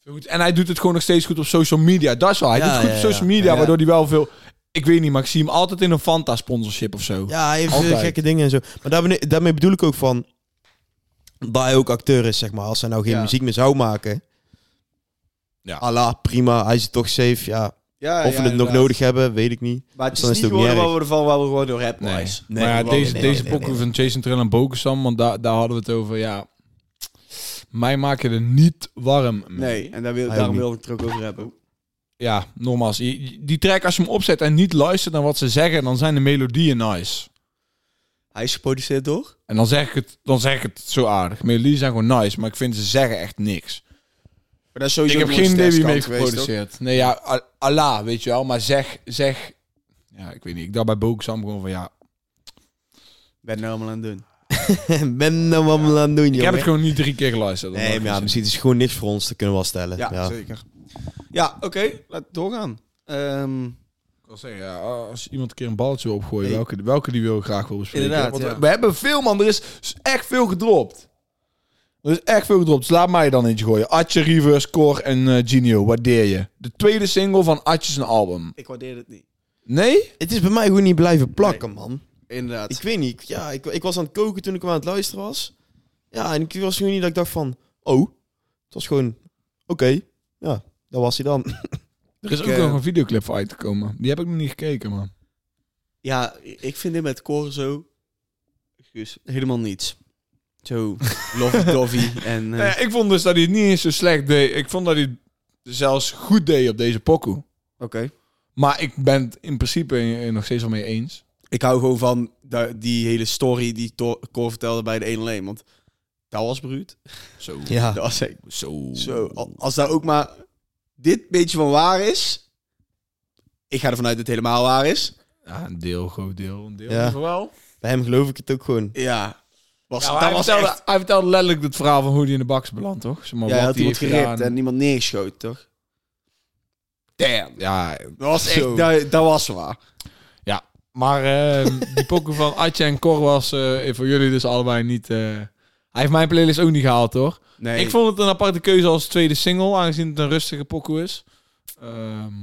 A: veel goed. En hij doet het gewoon nog steeds goed op social media. Dat is wel. Hij
C: Ja,
A: doet het goed
C: ja,
A: op
C: ja.
A: social media,
B: Ja.
A: waardoor hij wel veel... Ik weet niet, maar ik zie hem altijd in een Fanta-sponsorship of zo.
C: Ja, hij heeft eh,
A: Altijd.
C: gekke dingen en zo. Maar daar bene- daarmee bedoel ik ook van... Dat hij ook acteur is, zeg maar. Als hij nou geen
B: Ja.
C: muziek meer zou maken...
A: Ja.
C: Ja. Allah, prima. Hij is toch safe, ja.
B: Ja,
C: Of we
B: ja,
C: het nog
B: inderdaad.
C: nodig hebben, weet ik niet.
B: Maar het is
C: dan is
B: niet
C: het ook niet
B: geworden
C: erg.
B: waar we ervan waar we gewoon door hebben.
A: Nee.
B: boys.
C: Nee,
A: maar ja,
C: nee,
A: deze,
C: nee,
A: deze
C: nee,
A: pokoe
C: nee.
A: van Jason Trill en Bokusam, want daar daar hadden we het over, ja... Mij maak je er niet warm mee.
B: Nee, en daar wil,
C: Hij
B: daarom
C: ook
B: wil ik het er ook over hebben.
A: Ja, nogmaals. je- je- Die track, als je hem opzet en niet luistert naar wat ze zeggen, dan zijn de melodieën nice.
B: Hij is geproduceerd door?
A: En dan zeg ik het, dan zeg ik het zo aardig. Melodieën zijn gewoon nice, maar ik vind ze zeggen echt niks.
B: Maar dat is sowieso
A: Ik heb
B: nooit
A: geen idee wie
B: sterkste
A: mee
B: kant geweest, toch?
A: geproduceerd. Nee, ja, al- Allah, weet je wel. Maar zeg, zeg... Ja, ik weet niet. Ik dacht bij Bokusam gewoon van, ja...
B: Ben nou allemaal aan het doen.
C: ben nou wat we aan het doen,
A: Ik heb het
C: jongen.
A: gewoon niet drie keer geluisterd.
C: Nee, maar ja, misschien is het gewoon niks voor ons. Dat kunnen we wel stellen.
B: Ja,
C: Ja.
B: zeker. Ja, oké. Laat doorgaan. Ehm,
A: Ik wil zeggen, ja, ah, als iemand een keer een balletje wil opgooien,
B: Hey.
A: welke, welke die wil ik graag wil bespreken.
B: Inderdaad,
A: Want
B: ja.
A: we, we hebben veel, man. Er is echt veel gedropt. Er is echt veel gedropt. Dus laat mij dan eentje gooien. Atje, Reverse, Core en eh, Genio. Waardeer je. De tweede single van Atje's een album.
B: ik waardeer het niet.
A: Nee?
C: Het is bij mij gewoon niet blijven plakken, man.
B: Inderdaad.
C: Ik weet niet. ik- Ja, ik, ik was aan het koken toen ik hem aan het luisteren was. Ja, en ik was gewoon niet dat ik dacht van... Oh, het was gewoon... Oké, ja, dat was hij dan.
A: Er is
B: Ik,
A: ook
B: eh,
A: nog een videoclip voor uitgekomen. Die heb ik nog niet gekeken, man.
B: ja, ik vind dit met koren zo... Excuus. Helemaal niets. Zo lovey-dovey en... eh,
A: Nou ja, ik vond dus dat hij het niet eens zo slecht deed. Ik vond dat hij het zelfs goed deed op deze pokoe.
B: Oké.
A: Maar ik ben het in principe eh, nog steeds wel mee eens.
B: Ik hou gewoon van da- die hele story die To- Cor vertelde bij de 1 alleen. Want dat was bruut.
A: Zo.
C: Ja,
B: Dat was echt
A: Zo.
B: Zo, al- als daar ook maar dit beetje van waar is. Ik ga ervan uit dat het helemaal waar is.
A: Ja, een deel, groot deel. Een deel
C: Ja.
A: wel.
C: bij hem geloof ik het ook gewoon.
B: Ja. Was,
A: Ja, maar
B: dat
A: hij,
B: was
A: vertelde,
B: echt...
A: hij vertelde letterlijk het verhaal van hoe hij in de bak is beland, toch? Zeg maar,
B: Ja, hij had
A: wat hij
B: iemand
A: heeft gedaan.
B: geript en niemand neergeschoten, toch? Damn.
A: Ja,
B: Dat was
A: Zo.
B: echt... Dat, dat was waar.
A: maar eh, die pokken van Atje en Cor was eh, voor jullie dus allebei niet... eh, Hij heeft mijn playlist ook niet gehaald, hoor.
B: Nee.
A: Ik vond het een aparte keuze als tweede single, aangezien het een rustige pokoe is. Ehm,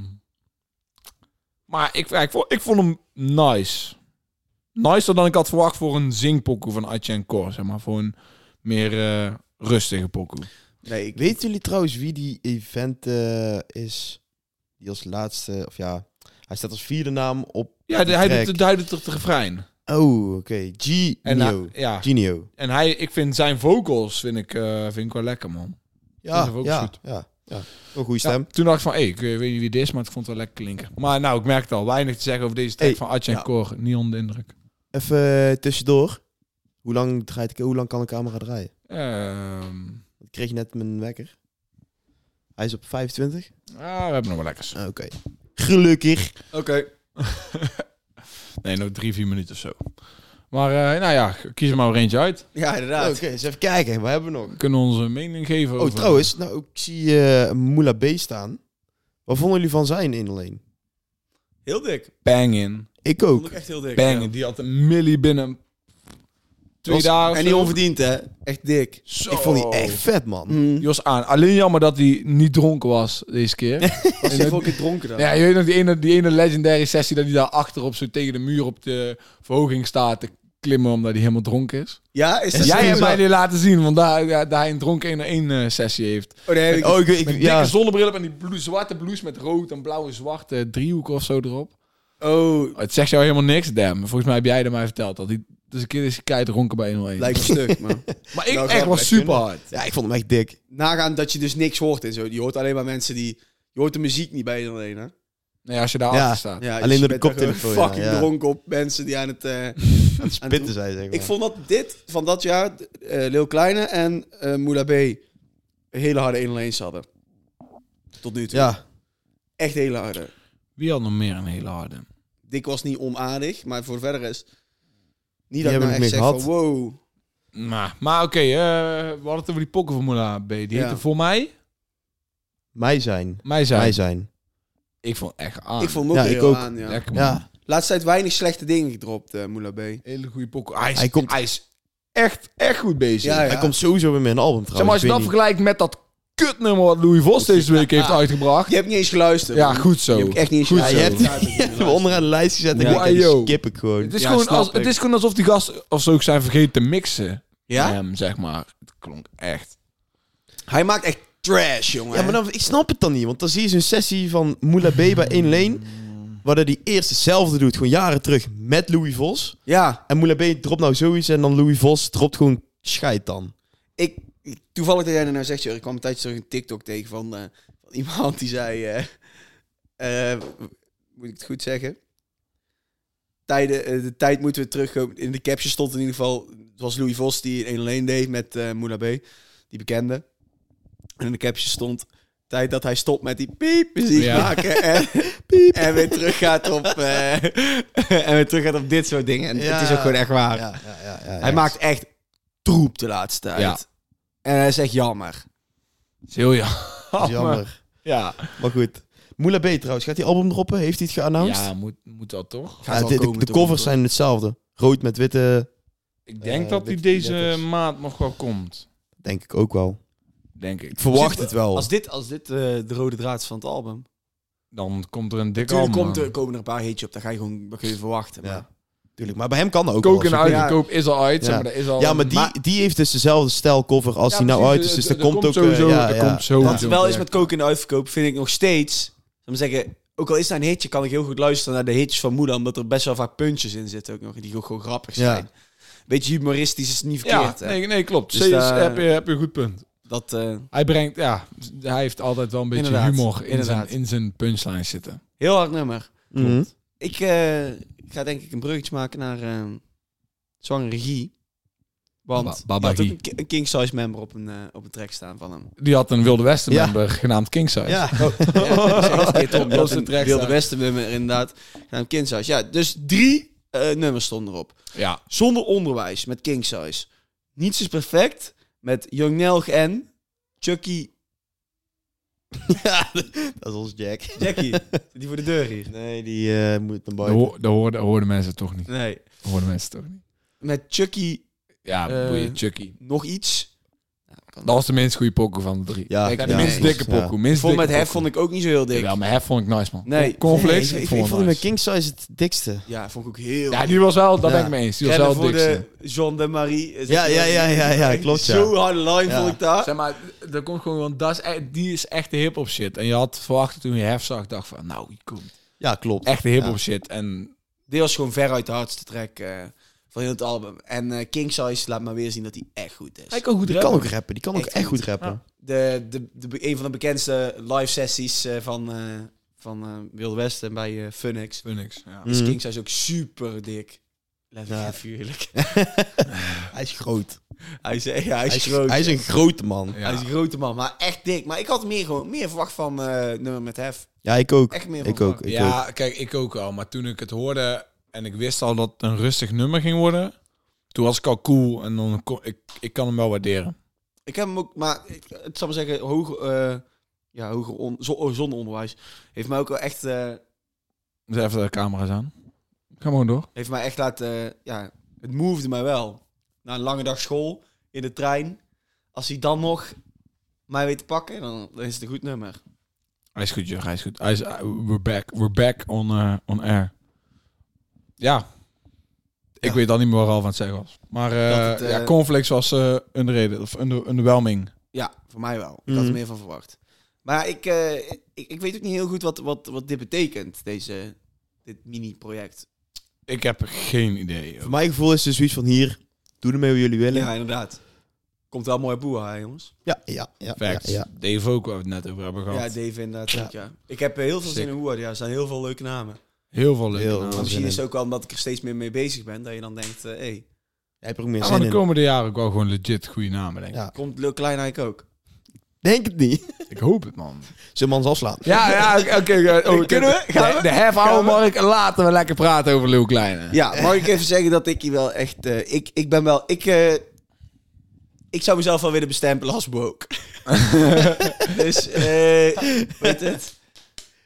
A: maar ik, ja, ik, vond, ik vond hem nice. Nicer dan ik had verwacht voor een zingpokoe van Atje en Cor, zeg maar. Voor een meer eh, rustige pokoe.
B: Nee, ik...
C: Weten jullie trouwens wie die event eh, is? Die als laatste... Of ja, hij staat als vierde naam op...
A: Ja, de- hij
C: track.
A: doet, het- hij doet het refrein.
C: Oh, oké. Genio.
A: En, hij- ja.
C: Genio.
A: en hij, ik vind zijn vocals vind ik, eh, vind ik wel lekker, man. Dat is
C: Ja,
A: ook
C: ja,
A: goed.
C: ja. ja. Een goede
A: Ja,
C: stem.
A: toen dacht ik van, hey, ik eh, weet niet wie dit is, maar het vond het wel lekker klinken. Maar nou, ik merk het al. Weinig te zeggen over deze track
C: Hey,
A: van Atje en
C: ja.
A: Cor. Niet onder de indruk.
C: Even eh, tussendoor. Hoe lang, draait ik, hoe lang kan een camera draaien?
A: Ehm,
C: Ik kreeg net mijn wekker. Hij is op 25.
A: Ah, we hebben nog wel lekkers.
C: Oké. Gelukkig.
B: Oké.
A: Nee, nog drie, vier minuten of zo. Maar eh, nou ja, kies er maar weer eentje uit.
B: Ja,
C: Oké,
B: inderdaad.
C: eens even kijken. Wat hebben we nog?
A: We kunnen onze mening geven
C: Oh,
A: over...
C: trouwens. Nou, ik zie eh Moula B staan. Wat vonden jullie van zijn inleen?
B: Heel dik.
A: Bang in.
C: Ik
B: Vond
C: ook.
B: ik eh, echt heel dik.
A: Bang
B: ja.
A: in. Die had een milli binnen twee
C: Was-
A: dagen. of
B: En die
A: zo.
B: onverdiend, hè? Echt dik.
A: Zo.
C: Ik vond die echt vet, man.
B: Hm. Hmm.
A: Jos aan. Alleen jammer dat hij niet dronken was deze keer.
C: Was hij ook dronken dan?
A: ja, je weet nog die ene, die ene legendary sessie dat hij daar achterop zo tegen de muur op de verhoging staat te klimmen omdat hij helemaal dronken is.
B: Ja, is dat
A: Jij hebt
B: zo?
A: mij dit laten zien, want daar, daar, daar hij een dronken 1-1 eh, sessie heeft.
B: Oh, nee, heb ik-
C: Oh, ik, ik,
A: Met
C: ja.
A: dikke zonnebril op en die blo- zwarte blouse met rood en blauwe zwarte driehoeken of zo erop.
B: oh,
A: Oh, het zegt jou helemaal niks, damn. Volgens mij heb jij er mij verteld dat hij dus een keer is kei dronken bij 1-1.
B: lijkt me stuk, man.
A: maar ik
B: Nou,
A: echt
B: grappig,
A: was super hard.
C: ja, ik vond hem echt dik.
B: Nagaan dat je dus niks hoort en zo. Je hoort alleen maar mensen die... Je hoort de muziek niet bij iedereen, hè?
A: Nee, als je daar
C: Ja.
A: achter staat.
B: Ja,
C: Alleen
B: je
C: door de
B: bent daar gewoon
C: koptelefoon, ja,
B: fucking
C: ja.
B: dronken op mensen die aan het... eh,
C: Aan het spitten zei, zeg maar.
B: Ik vond dat dit van dat jaar, eh Lil Kleine en eh Moula B, een hele harde 1 lanes hadden. Tot nu toe.
C: Ja.
B: Echt hele harde.
A: Wie had nog meer een hele harde?
B: Dik was niet onaardig, maar voor verder is... Niet dat
C: heb
B: ik
C: ik
B: nou
C: niet
B: echt zeg
C: gehad.
B: van wow.
A: Maar, maar oké, eh, we hadden het over die pokkenformule B. Die
B: Ja.
A: heette voor mij,
C: Mij zijn.
A: mij zijn.
C: Mij zijn.
A: Ik vond echt aan.
B: Ik vond hem ook
C: Ah. Ja,
B: heel
C: ik ook.
B: aan, ja.
A: Lekker, man.
C: Ja.
B: Laatste tijd weinig slechte dingen gedropt, eh Moula B.
A: Hele goede pokken. Hij is,
C: Hij
A: hij
C: komt-
A: is echt, echt goed bezig.
B: Ja, ja.
C: Hij komt sowieso weer met een album trouwens.
A: Zeg maar, als je
C: ik
A: dat
C: weet niet.
A: vergelijkt met dat kutnummer wat Louis Vos deze week heeft uitgebracht.
B: Je hebt niet eens geluisterd.
A: Ja,
B: man.
A: goed zo.
B: Je hebt echt niet eens
A: Goed
C: Ja, je
A: zo.
C: hebt, je hebt hem onderaan de lijst gezet en
A: Ja.
C: ik denk, ja,
A: Yo.
C: die skip ik gewoon.
A: Het is,
B: Ja,
A: gewoon
B: snap
A: als, het
B: ik.
A: is gewoon alsof die gast of zo ook zijn vergeten te mixen.
B: Ja?
A: Ehm, zeg maar. Het klonk echt.
B: Hij maakt echt trash, jongen.
C: Ja, maar dan, ik snap het dan niet. Want dan zie je zo'n sessie van Moula B bij 1 Lane. Waar hij die eerst hetzelfde doet, gewoon jaren terug, met Louis Vos.
B: Ja,
C: En Moula B dropt nou zoiets en dan Louis Vos dropt gewoon scheid dan.
B: ik, ik- toevallig dat jij dat nou zegt, Jur, ik kwam een tijdje terug een TikTok tegen van, eh, van iemand die zei, eh, eh, moet ik het goed zeggen? Tijden, eh, de tijd moeten we terugkomen. In de caption stond in ieder geval, het was Louis Vos die een alleen deed met eh Moula B, die bekende. En in de caption stond, tijd dat hij stopt met die piep muziek
A: Ja.
B: maken en, en weer terug gaat op eh, en weer terug gaat op dit soort dingen. En
C: Ja.
B: het is ook gewoon echt waar.
C: ja, ja,
B: Hij maakt echt troep de laatste tijd.
A: Ja.
B: En dat is echt jammer.
A: Het is heel jammer.
C: Jammer.
A: Ja.
C: Ah, Maar goed. Moula B trouwens, gaat die album droppen? Heeft hij het geannounced?
A: Ja, moet, moet dat toch?
C: Ja, de, de- de covers zijn hetzelfde. Rood met witte,
A: Ik
C: denk
A: denk
C: Eh, dat
A: dat
C: die
A: die
C: dit- deze
A: deze
C: letters.
A: maand nog wel komt.
C: denk ik ook wel.
A: Denk ik.
C: Ik verwacht het wel.
B: Als dit, als dit eh, de rode draad is van het album.
A: Dan komt er een dikke
B: Natuurlijk
A: album
B: komt
A: aan.
B: er, komen er een paar hitjes op. Dat ga je gewoon dat kun je verwachten.
C: Ja.
B: Maar
C: Tuurlijk, maar bij hem kan dat ook
A: Kook
C: wel.
A: en
C: Als je-
A: uitverkoop is al uit. Zeg
C: Ja.
A: maar, er is al
C: Ja, maar die,
B: Maar-
C: die heeft dus dezelfde stijlcover als
A: Ja,
C: die nou
A: precies,
C: uit is.
A: eh,
C: Dus
A: er-
C: dat
A: er
C: komt ook...
A: komt
C: eh,
A: sowieso-
C: ja,
A: er
C: ja.
A: komt sowieso-
C: Ja.
B: Wat er wel is
A: ja.
B: met koken en uitverkoop, vind ik nog steeds. zal ik maar zeggen, ook al is dat een hitje, kan ik heel goed luisteren naar de hitjes van Moeder. Omdat er best wel vaak puntjes in zitten ook nog. Die ook gewoon grappig
C: Ja.
B: zijn. Beetje humoristisch is niet
A: Ja,
B: verkeerd. hè.
A: nee, nee, klopt.
B: Dus
A: Zeus,
B: daar-
A: heb, je, heb je een goed punt.
B: Dat, eh,
A: Hij brengt, ja, hij heeft altijd wel een beetje
B: Inderdaad,
A: humor in zijn,
B: inderdaad.
A: in zijn punchline zitten.
B: heel hard nummer.
C: Mhm.
B: Ik eh, ga denk ik een bruggetje maken naar eh, zwangere regie. Want
A: Baba-
B: je
A: Baba
B: had ook
A: Guy.
B: een, ki- een king size member op een, eh, op een track staan van hem.
A: Die had een Wilde Westen
C: Ja.
A: member genaamd Kingsize.
C: Ja.
B: Ja, dat is echt verkeerd om. Je had
A: Losse
B: een
A: track
B: wilde
A: staan.
B: westen nummer inderdaad. Genaamd king size. Ja, dus drie eh, nummers stonden erop.
A: Ja.
B: Zonder onderwijs met king size. Niets is perfect met Young Nelg en Chucky.
C: Ja, dat is ons Jack.
B: Jackie. die voor de deur hier.
C: Nee, die eh, moet een
A: Dat,
C: buiten.
A: hoor, dat hoorden, hoorden mensen toch niet.
B: Nee.
A: Hoorden mensen toch niet.
B: Met Chucky
A: Ja,
B: Eh,
A: boeien, Chucky.
B: nog iets. Ja, kan-
A: Dat was de minst goede pokoe van de drie.
C: Ja,
A: ik heb
B: ja,
A: de minst
B: eens.
A: dikke pokoe. Minst
B: Vond met
A: dikke
B: hef
A: pokoe.
B: vond ik ook niet zo heel dik.
A: Ja, maar hef vond ik nice, man.
B: Nee.
A: Cornflakes,
C: ik,
A: ik
C: ik
A: vond
C: vond
A: hem
C: hem met
A: nice.
C: King Size het dikste.
B: Ja, vond ik ook heel
A: Ja, die was wel, daar ben
C: Ja.
A: ik mee eens. Die was
B: Rennen
A: wel het
B: voor
A: dikste.
B: de Jean de Marie. Is
C: Ja,
B: echt
C: ja,
B: heel
C: ja,
B: dik.
C: ja, ja, klopt, ja.
B: Zo'n harde line
C: Ja.
B: vond ik daar.
A: Zeg maar, er komt gewoon, want dat is, echt- die is echt de hip-hop shit. En je had verwacht toen je hef zag, dacht van, nou, die komt.
C: Ja, klopt.
A: Echt de hip-hop shit. En
B: Dit was gewoon veruit de hardste track eh, van heel het album. En eh King Size laat maar weer zien dat hij echt goed is.
A: hij kan goed
C: Die
A: rappen.
C: kan ook rappen. Die kan ook
B: Echt
C: echt goed
B: goed.
C: rappen.
B: De, de, de, be- een van de bekendste live sessies eh, van, eh van eh Wilde Westen bij eh, Funix.
A: Phoenix, ja.
B: Is
C: Mhm.
B: King Size ook super dik. Let me
C: Ja.
B: even eerlijk.
C: Hij is groot.
B: Hij is, ja, hij is
C: Hij is,
B: groot.
C: hij is een grote man.
A: Ja.
B: Hij is een grote man, maar echt dik. Maar ik had meer, gewoon, meer verwacht van eh, nummer met hef.
C: Ja, ik ook.
B: Echt meer
C: ik
B: van
C: ook. Ik ook.
A: ja, kijk, ik ook al. Maar toen ik het hoorde en ik wist al dat het een rustig nummer ging worden, toen was ik al cool en dan kon ik, ik kan hem wel waarderen.
B: Ik heb hem ook, maar ik- het zal maar zeggen, hoger, eh, ja, hoger on, zo- zonder onderwijs heeft mij ook wel echt, eh,
A: Dus even de camera's aan. Ga maar gewoon door.
B: heeft mij echt laten, eh, ja, het movede mij wel. Na een lange dag school, in de trein, als hij dan nog mij weet te pakken, dan, dan is het een goed nummer.
A: Hij is goed, Jurgen. Hij is goed. Hij is, uh, we're back. We're back on, eh, on air. Ja. Ik
B: Ja.
A: weet al niet meer waar Ralf aan het zeggen was. Maar eh,
B: Dat het, eh,
A: ja, Cornflakes was eh underrated. Of under, underwhelming.
B: Ja, voor mij wel. Ik had
C: Mhm.
B: er meer van verwacht. Maar ik, eh, ik, ik weet ook niet heel goed wat, wat, wat dit betekent, deze, dit mini-project.
A: Ik heb geen idee. joh.
C: Voor mijn gevoel is het zoiets van hier, doe ermee wat jullie willen.
B: Ja, inderdaad. Komt wel mooi boer, hè, jongens?
C: ja, ja. ja, ja,
A: Facts.
C: ja.
A: Dave ook, waar we het net over hebben gehad.
B: Ja, Dave inderdaad.
C: Ja.
B: Ja. Ja. Ik heb eh, heel veel zin
A: Sick.
B: in Hoer. Ja, er zijn heel veel leuke namen.
A: Heel veel leuke
C: Heel
A: namen.
C: veel
B: Maar
A: Ja,
B: misschien
C: zin
B: is het
C: in.
B: ook wel omdat ik er steeds meer mee bezig ben, dat je dan denkt, hé, hey,
C: Jij hebt er ook meer
A: maar
C: zin
A: de
C: in.
A: komende jaren ook wel gewoon legit goede namen, denk ik.
C: Ja.
B: komt Lil Klein eigenlijk ook?
C: Denk het niet.
A: Ik hoop het, man.
C: Zullen we ons afslaan?
A: Ja, ja, oké.
B: Kunnen we? Gaan
A: de,
B: we?
A: de
B: Gaan
A: half
B: we?
A: Mark, laten we lekker praten over Leeuw Kleine.
B: Ja, mag ik even zeggen dat ik hier wel echt... eh, ik, ik ben wel... Ik, eh, ik zou mezelf wel willen bestempelen als woke. dus, eh, weet het?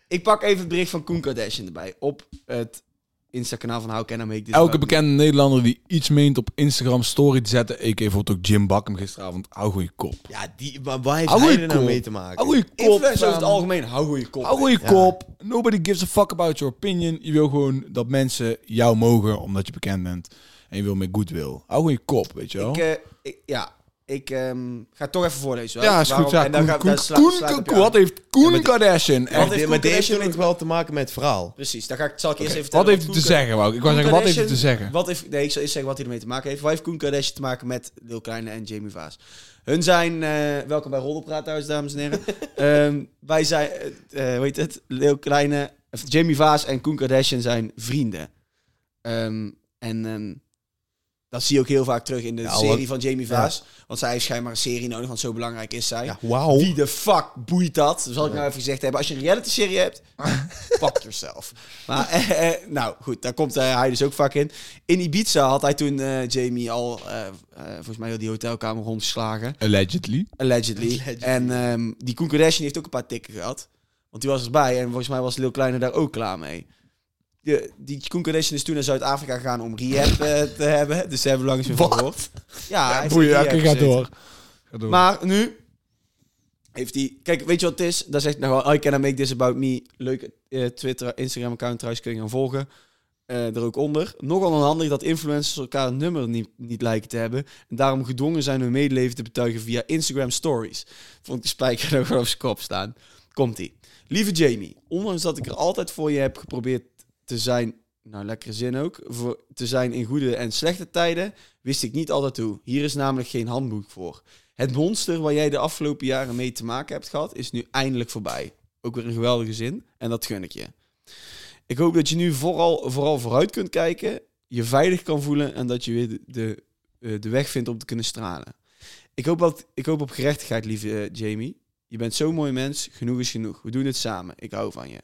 B: Ik pak even het bericht van Koen Kardashian erbij. Op het Insta-kanaal van How Can I Make This
A: Elke
B: About Me.
A: bekende Nederlander die iets meent op Instagram story te zetten, ik bijvoorbeeld ook Jim Bakken gisteravond, hou goeie kop.
C: Ja, die, maar waar heeft
A: Hou
C: hij
A: je
C: er nou
A: cool.
C: mee te maken?
A: Hou goeie kop.
B: Influencers over het
A: man.
B: algemeen, hou goede kop.
A: Hou goeie
C: Ja.
A: kop. Nobody gives a fuck about your opinion. Je wil gewoon dat mensen jou mogen omdat je bekend bent. En je wil meer goodwill. Hou goeie kop, weet je wel.
B: Ik, eh, ik- ja, ik ehm, ga het toch even voorlezen. wel.
A: ja, is goed.
B: Waarom-
A: Ja,
B: en dan
A: Koen-
B: ga-
A: Koen-
B: dan sla-
A: Koen-
B: slaat het
A: Koen-
B: op
A: wat
B: jou.
A: heeft Koen Kardashian
B: Wat
A: echt...
B: heeft Koen
C: maar dit heeft
B: Kardashian
C: toen ook wel te maken met het verhaal.
B: Precies, daar ga ik, zal ik eerst even
A: Wat
B: vertellen
A: heeft hij
B: Koen
A: te
B: Kar-
A: zeggen, wou ik? Ik wou
B: Koen
A: zeggen, wat heeft hij te
B: Kardashian-
A: zeggen?
B: Wat heeft, nee, ik zal eerst zeggen wat hij ermee te maken heeft. Wat heeft Koen Kardashian te maken met Lil Kleine en Jamie Vaas? Hun zijn... eh, welkom bij Roddelpraat thuis, dames en heren. Ehm, wij zijn... eh eh, hoe heet het? Lil Kleine... Of Jamie Vaas en Koen Kardashian zijn vrienden. Ehm, en... ehm, dat zie je ook heel vaak terug in de
C: Ja, want-
B: serie van Jamie Vaas. Want zij heeft schijnbaar een serie nodig, want zo belangrijk is zij.
C: Ja, wauw.
B: Wie de fuck boeit dat? Dat zal ik nou even gezegd hebben. Als je een reality serie hebt, fuck yourself. Maar eh, eh, nou goed, daar komt eh, hij dus ook vaak in. In Ibiza had hij toen eh, Jamie al, eh, eh, volgens mij, heel die hotelkamer rondgeslagen.
A: Allegedly.
B: Allegedly.
C: Allegedly.
B: En ehm, die Koen Kardashian heeft ook een paar tikken gehad. Want die was erbij en volgens mij was Lil Kleine daar ook klaar mee. De, die Koen Kardashian is toen naar Zuid-Afrika gegaan om rehab eh, te hebben. Dus daar hebben we langs weer van gehoord. Ja, hij heeft in
A: Boeien,
B: rehab
A: oké, ga
B: gezeten.
A: door. Ga door.
B: Maar nu heeft hij... Kijk, weet je wat het is? Dan zegt hij nou wel, I can make this about me. Leuk eh, Twitter, Instagram account trouwens, kun je gaan volgen. Eh er ook onder. Nogal onhandig dat influencers elkaar een nummer niet, niet lijken te hebben. En daarom gedwongen zijn hun medeleven te betuigen via Instagram stories. Vond ik de spijker nog wel op zijn kop staan. Komt-ie. Lieve Jamie, ondanks dat ik er altijd voor je heb geprobeerd te zijn... Nou, lekkere zin ook. Voor te zijn in goede en slechte tijden wist ik niet altijd hoe. Hier is namelijk geen handboek voor. Het monster waar jij de afgelopen jaren mee te maken hebt gehad, is nu eindelijk voorbij. Ook weer een geweldige zin en dat gun ik je. Ik hoop dat je nu vooral, vooral vooruit kunt kijken, je veilig kan voelen en dat je weer de, de, eh, de weg vindt om te kunnen stralen. Ik hoop, dat, ik hoop op gerechtigheid, lieve eh, Jamie. Je bent zo'n mooi mens, genoeg is genoeg. We doen het samen, ik hou van je.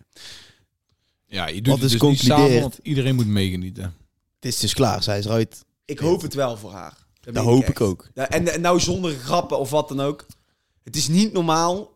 A: Ja, je doet
C: Wat
A: het
C: is
A: dus niet samen,
C: concludeerd?
A: want iedereen moet meegenieten.
C: Het is dus klaar, zij is eruit.
B: Ik hoop het wel voor haar. Dat
C: Dat
B: meen
C: hoop
B: echt.
C: ik ook.
B: Ja, en, en nou zonder grappen of wat dan ook. Het is niet normaal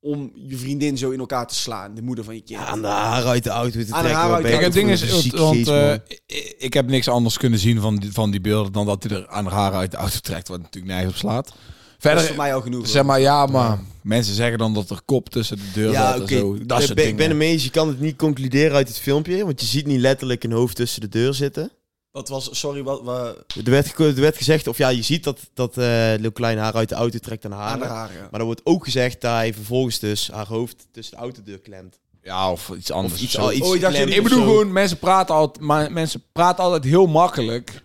B: om je vriendin zo in elkaar te slaan. De moeder van je kind.
C: Ja, aan de haar uit de auto te
B: Aan de
C: trekken.
B: haar
C: wat
B: uit
C: ben
B: de
C: je
A: Kijk, het ding
C: toch voor
A: is,
C: een
A: want,
C: zieke
A: want,
C: geest,
A: eh,
C: man?
A: ik- ik heb niks anders kunnen zien van die, van die beelden dan dat hij er aan haar uit de auto trekt, wat natuurlijk nergens op slaat.
B: dat is voor
A: Verder,
B: mij al genoeg.
A: zeg maar, ja, maar mensen zeggen dan dat er kop tussen de deur
C: ja,
A: zat
C: oké.
A: en zo. Dat
C: ik
A: soort
C: ben- Ik ben
A: dingen.
C: hem eens, je kan het niet concluderen uit het filmpje. Want je ziet niet letterlijk een hoofd tussen de deur zitten.
B: Dat was, sorry, wat, wat
C: Er werd, ge- er werd gezegd, of ja, je ziet dat, dat eh Lil Klein haar uit de auto trekt aan haar.
B: aan de haren.
C: Maar er wordt ook gezegd dat hij vervolgens dus haar hoofd tussen de autodeur klemt.
A: Ja, of iets anders.
C: Of iets,
A: zo.
C: al, iets
B: Oh, ik dacht
C: klemt
B: dat-
A: ik
C: of
A: bedoel
C: zo.
A: gewoon, mensen praten, altijd, maar mensen praten altijd heel makkelijk.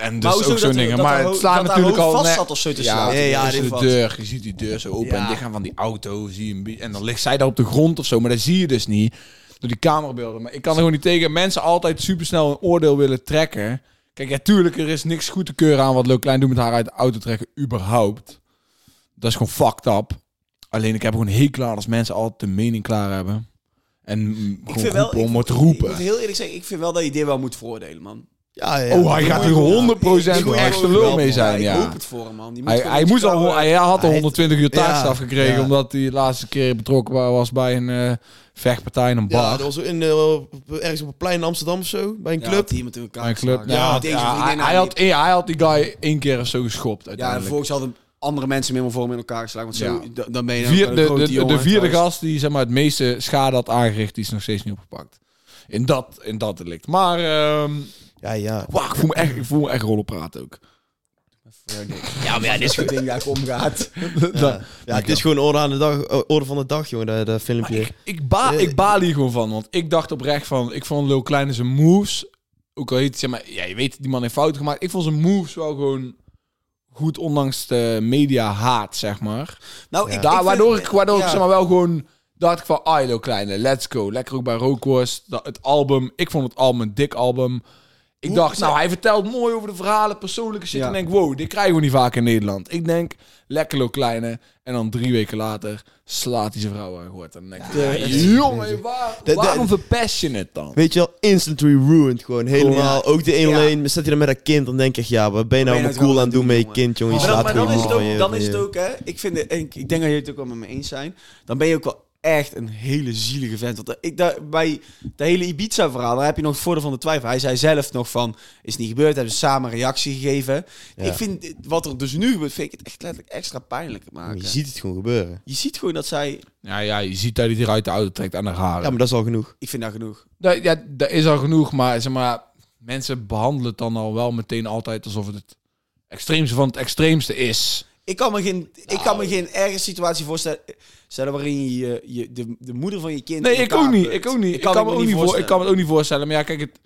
A: En dus
B: hoezo
A: ook zo'n
B: dat-
A: dingen.
B: dat
A: Maar
B: haar
A: het
B: ho-
A: slaat
B: dat haar
A: natuurlijk
B: hoofd
A: al...
B: vast
A: ne-
B: zat of zo te
A: ja,
B: slaan.
A: Ja,
C: Ja,
A: ja,
C: dit
A: de
B: wat.
A: deur. Je ziet die deur zo open en
B: Ja.
A: het lichaam van die auto. Zie je een bi- en dan ligt zij daar op de grond of zo. Maar dat zie je dus niet door die camerabeelden. Maar ik kan er gewoon niet tegen. Mensen altijd supersnel een oordeel willen trekken. Kijk, ja, tuurlijk, er is niks goed te keuren aan wat Leuk Klein doet met haar uit de auto trekken, überhaupt. Dat is gewoon fucked up. Alleen ik heb gewoon een hekel aan als mensen altijd de mening klaar hebben. En mm, gewoon roepen om het roepen.
B: Ik moet heel eerlijk zeggen, ik vind wel dat je dit wel moet veroordelen, man.
C: Ja, ja.
A: oh, hij gaat er 100%
B: Ik
A: door
B: moet echt
A: extra lul
B: wel-
A: mee zijn,
B: Ik
A: ja.
B: hoop het voor hem, man. Die moet
A: Hij,
B: gewoon
A: hij,
B: iets
A: moest al,
B: kouder-
A: hij had al
C: hij-
A: 120 uur taakstraf
C: Ja,
A: gekregen,
C: ja.
A: omdat hij de laatste keer betrokken wa- was bij een eh, vechtpartij in een bar.
C: Ja, dat was in, eh, op- ergens op een plein in Amsterdam of zo, bij een
B: Ja,
C: club.
B: had iemand in elkaar
A: Mijn club.
B: geslagen.
A: Ja,
B: Ja,
A: had-
B: deze
A: ja,
B: vriendin
A: hij, hij
B: had
A: had, ja, hij had die guy één keer of zo geschopt
B: Ja, en
A: uiteindelijk.
B: vervolgens hadden andere mensen hem helemaal voor hem in elkaar geslagen. Want zo,
A: Ja.
B: da- dan ben je dan
A: Vier-
B: ook wel
A: de,
B: een
A: de,
B: grote
A: de,
B: jongen dus
A: vierde
B: trouwens.
A: gast die zeg maar, het meeste schade had aangericht, die is nog steeds niet opgepakt. In dat, in dat delict. Maar ehm
C: Ja, ja.
A: wauw, ik voel me echt, ik voel me echt rollen praten ook.
B: Ja, maar ja, dit is goed ding dat ik omgaat.
A: Dat-
C: Ja, het is gewoon orde, aan de dag, eh, orde van de dag, jongen, dat, dat
A: Maar
C: filmpje.
A: ik, ik, ba ik baal hier gewoon van. Want ik dacht oprecht van, ik vond Lil Kleine zijn moves. Ook al heet, zeg maar, ja, je weet, die man heeft fouten gemaakt. Ik vond zijn moves wel gewoon goed, ondanks de media haat, zeg maar.
B: Nou, ik,
A: Daar,
B: ik
A: waardoor
B: vind-
A: ik, waardoor ik
B: ja.
A: zeg maar wel gewoon dacht ik van, ah, Lil Kleine, let's go. Lekker ook bij Rookworst. Dat- Het album, ik vond het album een dik album. Ik
B: Hoe-
A: dacht, nou, hij vertelt mooi over de verhalen, persoonlijke shit.
B: Ja.
A: En denk, wow, dit krijgen we niet vaak in Nederland. Ik denk, lekker Lil Kleine. En dan drie weken later slaat hij zijn vrouw aan gehoord. En dan denk ik, ja, jongen, waar-
C: de-
A: waarom verpest je het dan?
C: Weet je wel, instantly ruined gewoon. Helemaal. Ook de
B: Ja.
C: 1-1. maar Zet je dan met dat kind, dan denk ik, ja, wat ben je nou
B: ben je
C: allemaal
B: nou
C: cool aan het doen met je
B: jongen?
C: kind, jongen? Je
B: Maar dan,
C: slaat
B: maar dan is
C: gewoon
B: het
C: moeder van
B: ook,
C: je-
B: dan
C: van
B: is het
C: je-
B: ook hè, ik, vind het, en ik, ik denk dat jullie het ook wel met me eens zijn. Dan ben je ook wel echt een hele zielige vent. Want ik, daar, bij de hele Ibiza-verhaal, daar heb je nog het voordeel van de twijfel. Hij zei zelf nog van, is niet gebeurd, hebben ze samen een reactie gegeven.
C: Ja.
B: Ik vind, dit- wat er dus nu gebeurt, vind ik het echt letterlijk extra pijnlijk maken.
C: Je ziet het gewoon gebeuren.
B: Je ziet gewoon dat zij,
A: Ja, ja, je ziet dat hij eruit de auto trekt aan haar haren.
C: Ja, maar dat is al genoeg.
B: ik vind dat genoeg.
A: Dat, ja, dat is al genoeg, maar zeg maar, mensen behandelen het dan al wel meteen altijd alsof het het extreemste van het extreemste is.
B: Ik kan me geen, ik kan
A: Nou.
B: me geen erge situatie voorstellen stellen waarin je, je, je- de, de moeder van je kind...
A: Nee,
B: in
A: ik
B: elkaar
A: ook niet.
B: plukt.
A: Ik ook niet. Ik kan, me ook niet voor, ik kan me het ook niet voorstellen. Maar ja, kijk, het,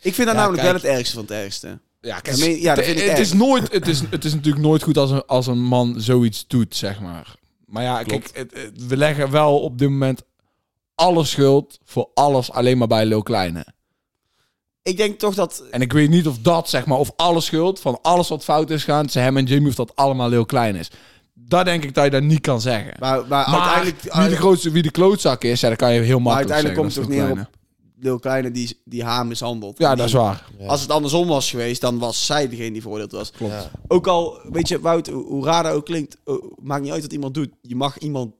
B: Ik vind dat
A: Ja,
B: namelijk
A: kijk.
B: wel het ergste van het ergste.
A: ja,
B: Dat
A: kijk,
B: meen- ja, dat
A: het,
B: vind ik
A: het
B: erg.
A: is nooit, het, is, het is natuurlijk nooit goed als een, als een man zoiets doet, zeg maar. Maar ja,
B: Klopt.
A: kijk, het- het- we leggen wel op dit moment alle schuld voor alles alleen maar bij Lil Kleine.
B: Ik denk toch dat...
A: En ik weet niet of dat, zeg maar, of alle schuld van alles wat fout is gegaan, ze hem en Jimmy, of dat allemaal Lil Klein is. Daar denk ik dat je dat niet kan zeggen.
B: Maar, maar,
A: Maar
B: uiteindelijk,
A: wie de grootste, wie de klootzak is, ja, dat kan je heel
B: maar
A: makkelijk
B: uiteindelijk komt het toch
A: zeggen.
B: neer
A: Dat is
B: op Lil Kleine die, die haar mishandelt.
A: Ja,
B: Die-
A: dat is waar.
B: Als het andersom was geweest, dan was zij degene die veroordeeld was.
A: Klopt.
C: Ja.
B: Ook al, weet je, Wout, hoe hoe raar dat ook klinkt, eh, maakt niet uit wat iemand doet. Je mag iemand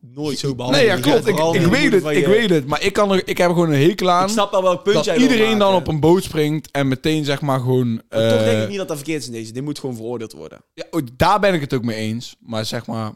B: nooit zo behandelen.
A: Nee, ja,
B: Je
A: klopt.
B: gaat
A: Ik,
B: vooral
A: ik
B: niet
A: weet
B: moeder
A: het,
B: van
A: ik
B: je-
A: weet het. Maar ik, kan er, ik heb er gewoon een hekel aan
B: Ik snap wel welk punt
A: dat
B: jij wil
A: iedereen dan
B: maken.
A: op een boot springt en meteen, zeg maar, gewoon...
B: Maar Toch
A: eh,
B: denk ik niet dat dat verkeerd is in deze. Dit moet gewoon veroordeeld worden.
A: ja, oh, daar ben ik het ook mee eens. Maar zeg maar...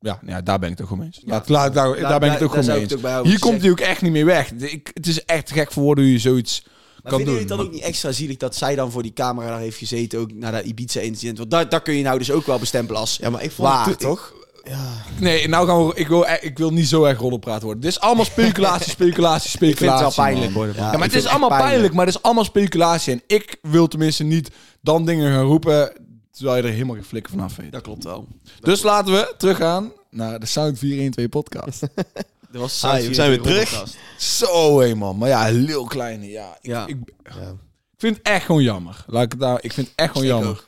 A: Ja, nou ja daar ben ik het ook gewoon mee eens. Laat, laat, daar, daar, ben ik het ook gewoon mee
B: zou
A: eens.
B: ook bij jou
A: Hier
B: zeggen.
A: komt hij ook echt niet meer weg. De- Ik, het is echt gek voor woorden hoe je zoiets
B: Maar
A: kan
B: vinden
A: doen.
B: jullie het dan ook niet extra zielig dat zij dan voor die camera daar heeft gezeten, ook na dat Ibiza-incident? Want daar, daar kun je nou dus ook wel bestempelen als
C: Ja, maar ik vond het
B: waar,
C: toen-
B: toch?
C: Ja.
A: Nee, nou gaan we, ik, wil, e- ik wil niet zo erg rollenpraat worden. Dit is allemaal speculatie, speculatie, speculatie.
B: Ik vind het wel
A: man.
B: pijnlijk worden.
A: Ja, maar het is allemaal pijnlijk. maar het is allemaal speculatie. En ik wil tenminste niet dan dingen gaan roepen, terwijl je er helemaal geen flikker vanaf weet.
B: Dat klopt wel.
A: Dus laten we teruggaan naar de Sound 412 podcast.
B: Dat was
C: Ah, we zijn weer terug.
A: zo hé man, maar ja, heel kleine, ja. Ik,
B: Ja.
A: Ik, ik vind het echt gewoon jammer. Laat ik, het daar, ik vind het echt gewoon
B: Ik
A: jammer.
B: ook.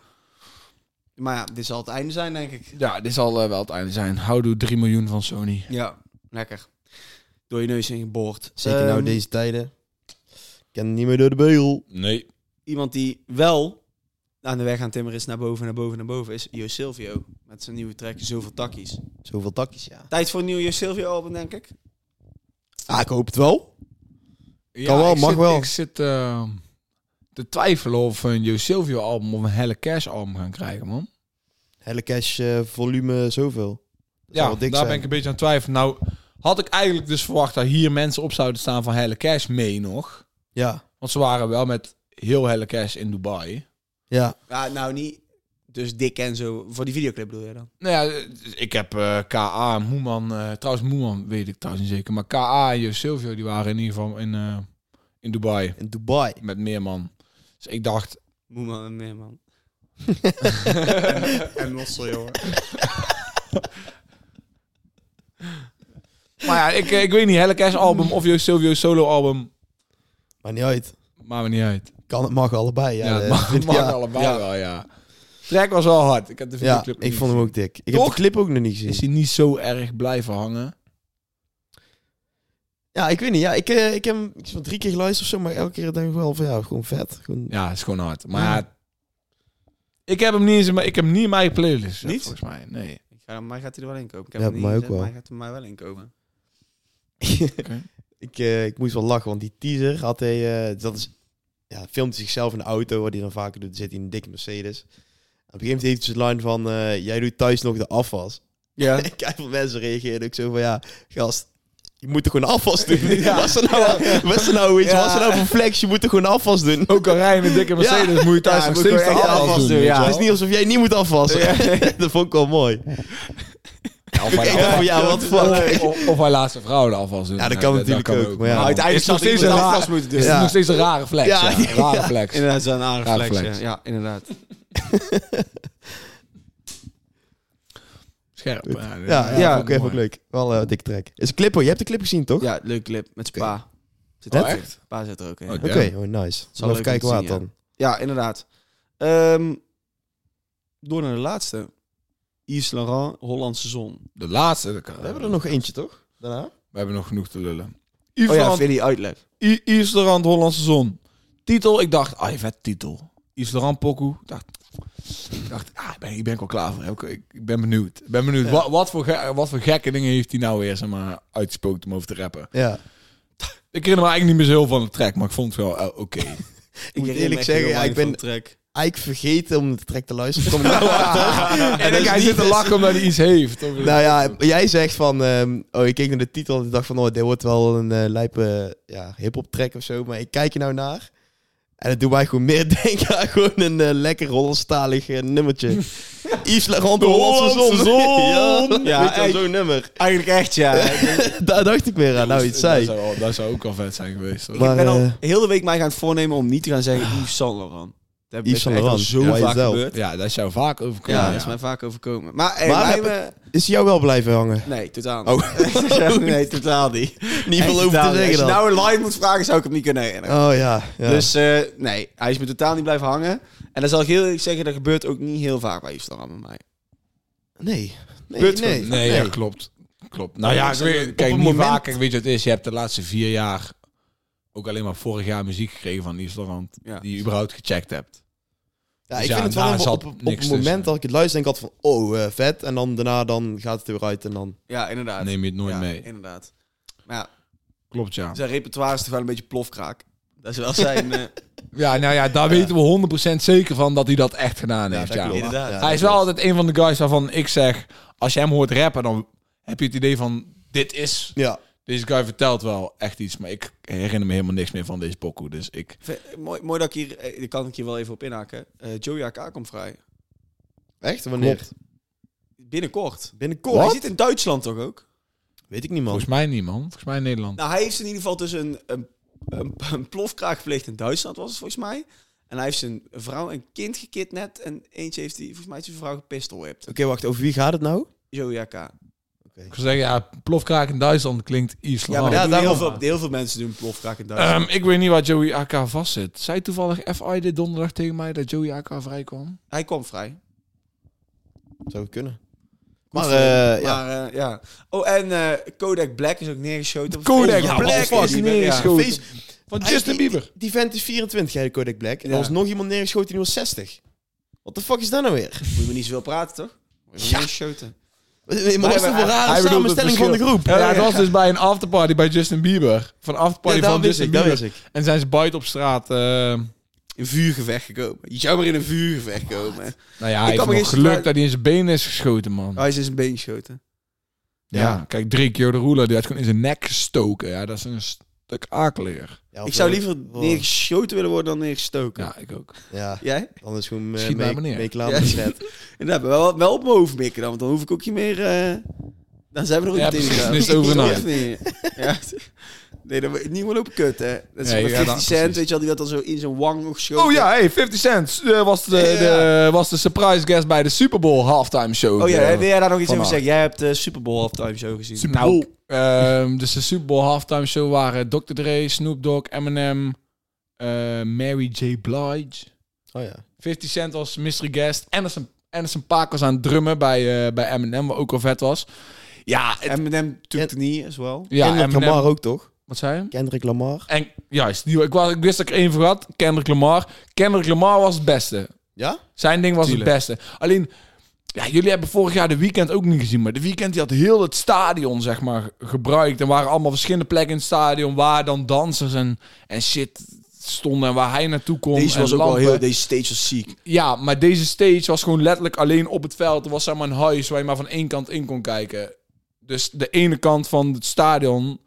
B: Maar ja, dit zal het einde zijn, denk ik.
A: Ja, dit zal eh, wel het einde zijn. Houdoe 3 miljoen van Sony.
B: Ja, lekker. Door je neus in geboord.
C: Zeker
B: Ehm,
C: nou deze tijden. Ik ken niet meer door de beugel.
A: Nee.
B: Iemand die wel aan de weg aan timmer is, naar boven, naar boven, naar boven, is Jo Silvio. Met zijn nieuwe track, Zoveel Takkies.
C: Zoveel takjes, ja.
B: Tijd voor een nieuw Jo Silvio album, denk ik.
C: Ah, ik hoop het wel. Kan wel,
A: ik
C: mag
A: zit,
C: wel.
A: Ik zit eh, te twijfelen of we een Jo Silvio album of een Helle Cash album gaan krijgen, man.
C: Helle cash eh, volume zoveel. Dat zou
A: ja,
C: wel dik
A: daar ben ik een beetje aan het twijfelen. Nou, had ik eigenlijk dus verwacht dat hier mensen op zouden staan van Helle Cash mee nog.
C: Ja,
A: Want ze waren wel met heel Helle Cash in Dubai.
C: ja.
B: Ja, nou niet. Dus dik en zo. Voor die videoclip bedoel je dan?
A: Nou ja, ik heb eh, K.A. en Moeman, eh, trouwens Moeman weet ik trouwens niet zeker, maar K.A. en Jo Silvio die waren in ieder geval in, eh, in Dubai
C: In Dubai.
A: met meer man. Dus ik dacht,
B: Moeman en Meerman.
C: En Lossel, jongen.
A: maar ja, ik, eh, ik weet niet, Helle Cash album of Jo Silvio solo album.
C: Maar niet uit.
A: Maakt me niet uit.
C: Kan het mag allebei. Ja,
A: Ja, het
C: Eh,
A: mag, het mag
C: ja.
A: allebei
C: Ja.
A: wel, ja. Track was wel hard. Ik heb de
C: Ja,
A: videoclip
C: ik vond hem ook dik. Ik heb
A: Toch?
C: de clip ook nog niet gezien.
A: Is hij niet zo erg blijven hangen?
C: Ja, ik weet niet. Ja, ik, eh, ik heb hem iets van drie keer geluisterd of zo, maar elke keer denk ik wel van ja, gewoon vet. Gewoon...
A: Ja, is gewoon hard. Maar ik heb hem niet eens in mijn, ik heb hem niet in mijn playlist.
B: Niet?
A: Niet? Volgens mij, nee.
B: Ik ga, mij gaat hij er wel in komen. Ik
C: Ja,
B: heb hem niet
C: mij ook
B: gezet,
C: wel.
B: maar hij gaat er mij wel in komen.
C: ik, eh, ik moest wel lachen, want die teaser had hij. eh, dat is, ja, filmt hij zichzelf in de auto, wat hij dan vaker doet. Zit hij in een dikke Mercedes. Op een gegeven moment heeft hij zo'n line van: eh, Jij doet thuis nog de afwas.
A: Ja.
C: En kijk, veel mensen reageerden ook zo van: Ja, gast. Je moet er gewoon afwas doen. Wat is er nou, wat is er nou, weet je, wat is er nou voor flex? Je moet er gewoon afwas doen.
A: Ook al rijden een dikke Mercedes, moet je thuis
B: Ja,
A: nog
B: moet je
A: steeds de
B: gewoon echt
A: afwas
B: afwas
A: doen.
B: doen,
A: weet
B: ja.
A: je
C: Het
A: wel.
C: is niet alsof jij niet moet afwassen. dat vond ik wel mooi.
A: Of hij-
C: Ik dacht van, ja, wat fuck.
A: Of, of hij laat zijn vrouw de afwas doen.
C: Ja, dat kan natuurlijk ook, maar ja.
B: Maar uiteindelijk
A: Is nog
B: zal hij
A: steeds
B: iemand
A: een raar-
B: afwas moeten doen.
A: Is
C: Ja.
A: nog steeds een rare flex,
C: Ja,
A: ja.
C: ja.
A: Rare flex.
B: Inderdaad, zo'n aardige
A: Raar
B: flex.
A: flex.
B: Ja. ja, inderdaad.
A: Scherp. Ja,
C: Ja, ja,
A: dat vond
C: ook
A: ik
C: even
A: mooi.
C: ook leuk. Wel eh, dik track. Is een clip hoor. Je hebt de clip gezien, toch?
B: Ja, leuk clip. Met zijn pa. Zit
A: Oh,
B: ook in.
A: echt?
B: Pa zit er ook in.
A: Oh,
C: Oké, oh, nice.
B: Zal
C: Zal even
B: leuk
C: kijken
B: om
C: waar
B: te
C: het
B: zien,
C: dan.
B: Ja, inderdaad. Ehm, door naar de laatste. Yves Laurent, Hollandse zon.
A: De laatste. dat kan-
C: We hebben er nog eentje, toch? Daarna?
A: We hebben nog genoeg te lullen.
B: Oh ja,
A: Iverland
B: Vinnie uitleg.
A: I- Yves Laurent, Hollandse Zon. Titel, ik dacht, ah, je vet titel. Yves Laurent Pokoe. Ik dacht, ik dacht ah, ik ben, ik ben ik wel klaar voor. Ik, ik- ik ben benieuwd. Ik ben benieuwd. Wat, wat, voor ge- wat voor gekke dingen heeft hij nou weer zeg maar, uitgespookt om over te rappen?
C: Ja.
A: Ik herinner me eigenlijk niet meer zo heel van de track, maar ik vond het wel eh, oké.
B: Ik
C: moet
B: herinner me
C: eerlijk
B: echt
C: zeggen,
B: heel
C: ja, Ah, ik
B: weinig
C: ben-
B: van de track.
C: Eigenlijk vergeten om de track te luisteren. Kom ik nou achter.
A: en
C: dat
A: ik,
C: is
A: hij
C: niet
A: zit te
C: dus-
A: lachen omdat hij iets heeft. Of-
C: Nou ja, jij zegt van... ehm, oh, ik keek naar de titel en ik dacht van... Oh, dit wordt wel een eh, lijpe ja, hip-hop track of zo. Maar ik kijk er nou naar. En dat doet mij gewoon meer denken aan gewoon een eh, lekker Hollandstalig eh, nummertje. Yves Laurent de Hollandse Zon.
B: Hollandse Zon. Ja,
C: ja, weet je wel,
B: echt.
C: zo'n nummer.
B: Eigenlijk echt, ja. ik ben-
C: Daar dacht ik meer aan. Nou, iets
A: dat,
C: zei.
A: zou, wel- dat zou ook al vet zijn geweest. hoor.
C: Maar,
B: ik ben al
C: eh,
B: heel de week mij gaan voornemen om niet te gaan zeggen Yves Saint Laurent. Dat
C: Yves
B: is
C: Saint
B: echt al
C: Laurent.
B: zo
C: Ja,
B: vaak
C: jezelf.
B: gebeurd.
A: ja, dat zou vaak overkomen.
B: Ja,
A: Ja,
B: dat is mij vaak overkomen. Maar, eh,
C: Maar
B: wij
C: heb-
B: hebben-
C: Is hij jou wel blijven hangen?
B: Nee, totaal niet.
C: Oh.
B: Ja, nee, totaal niet.
C: Niet
B: Echt
C: veel over
B: totaal niet.
C: te zeggen
B: Als je
C: dan.
B: nou een line moet vragen, zou ik hem niet kunnen herinneren.
C: Oh ja. ja.
B: Dus eh, nee, hij is me totaal niet blijven hangen. En dan zal ik heel eerlijk zeggen, dat gebeurt ook niet heel vaak bij Instagram bij mij.
C: nee. Nee,
A: Kut,
C: nee.
A: nee, ja, klopt. klopt. Nou ja, ik weet,
C: Op
A: kijk,
C: een
A: niet
C: moment-
A: vaak. Ik weet je wat het is. Je hebt de laatste vier jaar ook alleen maar vorig jaar muziek gekregen van Yves Laurent.
B: Ja.
A: Die je überhaupt gecheckt hebt.
C: Ja,
A: Dus
C: ik
A: ja,
C: vind het
A: daar
C: wel op,
A: zat
C: op,
A: niks
C: op
A: dus, eh.
C: het
A: tussen.
C: moment dat ik het luister, denk ik altijd van, oh, eh, vet. En dan daarna dan gaat het er weer uit en dan...
B: Ja, inderdaad.
A: Neem je het nooit
B: ja,
A: mee.
B: inderdaad. Maar ja,
A: Klopt, ja.
B: zijn repertoire is toch wel een beetje plofkraak. Dat is wel zijn... eh,
A: Ja, nou ja, daar weten we 100% zeker van dat hij dat echt gedaan heeft.
C: dat
A: Ja,
C: klopt.
B: inderdaad.
C: Ja.
A: hij is wel altijd een van de guys waarvan ik zeg, als je hem hoort rappen, dan heb je het idee van, dit is...
C: Ja.
A: Deze guy vertelt wel echt iets, maar ik herinner me helemaal niks meer van deze pokoe. Dus ik...
B: Vind- mooi, mooi dat ik hier... eh, Daar kan ik hier wel even op inhaken. Eh Joey AK komt vrij.
C: Echt? Wanneer?
B: Binnenkort.
C: Binnenkort?
B: Hij zit in Duitsland toch ook?
C: Weet ik niet, man.
A: Volgens mij niet, man. Volgens mij in Nederland.
B: Nou, hij heeft in ieder geval dus een, een, een, een plofkraak gepleegd in Duitsland, was het volgens mij. En hij heeft zijn vrouw en kind gekidnapt. En eentje heeft hij, volgens mij, heeft zijn vrouw gepistolwept.
C: Oké, wacht. Over wie gaat het nou?
B: Joey AK.
A: Ik zou zeggen, ja, plofkraak in Duitsland klinkt
B: Ja,
A: Islam.
B: maar dat
C: Oh. Ja,
B: doen heel,
C: daarom.
B: veel, heel veel mensen doen plofkraak in Duitsland.
A: Ehm, ik weet niet waar Joey AK vastzit. Zei toevallig FI dit donderdag tegen mij dat Joey AK vrij kwam?
B: Hij kwam vrij.
C: Zou het kunnen. Maar,
B: voor hem.
C: eh, ja.
B: maar eh, ja. Oh, en eh, Kodak Black is ook neergeschoten.
A: Kodak
B: Ja,
A: Black
B: fuck,
A: is
B: die-
A: neergeschoten.
C: Face-
A: Van
C: Hij- die- Die, die vent is 24, jij Kodak Black. En
B: Ja.
C: er was nog iemand neergeschoten die was 60. Wat de fuck is dat nou weer?
B: Ja. Moet je niet zoveel praten, toch? Moet je
C: Ja.
B: neergeschoten.
C: Maar wat is
A: hij-
C: een rare
A: hij bedoelt het
C: samenstelling van de
A: verschil.
C: groep?
A: Ja, het was dus bij een afterparty bij Justin Bieber. Van een
C: Ja,
A: afterparty
C: dat
A: van
C: wist
A: Justin
C: ik, dat wist
A: Bieber.
C: ik.
A: En zijn ze buiten op straat. eh,
B: In vuurgevecht gekomen. Je zou maar in een vuurgevecht komen.
A: nou ja, hij heeft
B: kan me
A: nog
B: gisteren-
A: geluk dat hij in zijn been is geschoten, man.
B: Oh, hij is in zijn been geschoten.
A: ja. kijk, drie keer de roeler. Die had gewoon in zijn nek gestoken. Ja, dat is een stuk akeleer.
C: Ja,
B: Ik
C: of eh,
B: zou
C: wel-
B: liever
C: wel-
B: neergeschoten willen worden dan neergestoken.
A: Ja, ik ook.
C: Ja,
B: Jij?
C: dan is gewoon eh,
A: Schiet mij
C: mee-
A: maar neer.
C: mee klaar
B: Ja.
C: met de chat.
B: Inderdaad, maar wel, wel op mijn hoofd mikken dan, want dan hoef ik ook niet meer... eh, dan zijn we er ook
A: Ja,
B: niet in
A: precies,
B: gegaan.
A: dan is het over en uit.
B: Of niet? Ja. Nee, dan niet meer lopen kut, hè. Dat is
A: Nee,
B: met
A: ja,
B: 50
A: dan-
B: cent,
A: precies.
B: weet je wel, die werd dan zo in zijn wang nog geschoten.
A: Oh ja, hey, 50 Cent eh, was, de, de, was de surprise guest bij de Super Bowl halftime show.
B: Oh ja,
A: Eh,
B: wil jij daar nog iets over
A: vandaag.
B: zeggen? Jij hebt de Super Bowl halftime show gezien. Nou,
A: Super Bowl. Ehm, dus de Super Bowl halftime show waren Dr. Dre, Snoop Dogg, Eminem, eh, Mary J. Blige.
C: Oh ja.
A: 50 Cent als Mystery Guest. Anderson, Anderson Paak was aan het drummen bij, eh bij Eminem, wat ook al vet was. Ja, het-
B: Eminem took the knee as well.
A: ja
C: Kendrick
A: Eminem-
C: Lamar ook, toch?
A: Wat zei je?
C: Kendrick Lamar.
A: En juist, die, ik, was, ik wist dat ik er één voor had. Kendrick Lamar. Kendrick Lamar was het beste.
C: Ja?
A: Zijn ding was
B: Tuurlijk.
A: het beste. Alleen, ja, jullie hebben vorig jaar de weekend ook niet gezien. Maar de weekend die had heel het stadion, zeg maar, gebruikt. En waren allemaal verschillende plekken in het stadion waar dan dansers en, en shit stonden. En waar hij naartoe kon.
B: Deze
A: en
B: was ook wel
A: lampen.
B: heel... Deze stage was ziek.
A: Ja, maar deze stage was gewoon letterlijk alleen op het veld. Er was zeg maar een huis waar je maar van één kant in kon kijken. Dus de ene kant van het stadion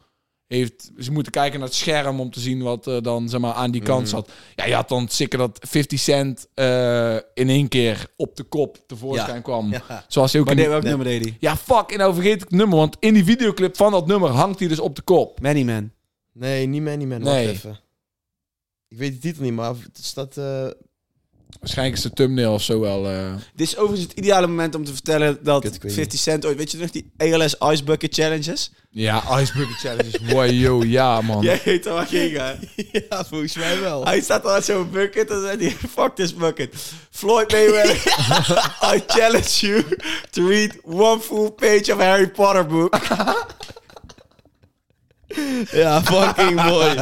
A: heeft... Ze moeten kijken naar het scherm om te zien wat er dan zeg maar, aan die
B: Mhm.
A: kant zat. Ja, je had dan zeker dat 50 Cent eh, in één keer op de kop tevoorschijn
C: Ja.
A: kwam. Zoals hij ook...
B: Maar
A: in
B: die-
A: die-
B: welk nummer deed hij?
A: Ja, fuck, en nou vergeet ik het nummer. Want in die videoclip van dat nummer hangt hij dus op de kop.
B: Many Man.
C: Nee, niet Manny Man.
A: Nee.
C: Wacht even. Ik weet de titel niet, maar het staat... eh,
A: Waarschijnlijk is de thumbnail of zo wel... eh,
B: Dit is overigens het ideale moment om te vertellen dat
C: Kut, ik weet
B: 50 Cent ooit... Weet je nog die ALS Ice Bucket Challenges?
A: ja, Ice Bucket Challenge. Wow, yo, ja, man.
B: Jij weet al waar ging, hè?
C: ja, volgens mij wel.
B: Hij staat al uit zo'n bucket en zegt hij... Fuck this bucket. Floyd Mayweather, I challenge you to read one full page of Harry Potter book.
C: Ja, fucking mooi.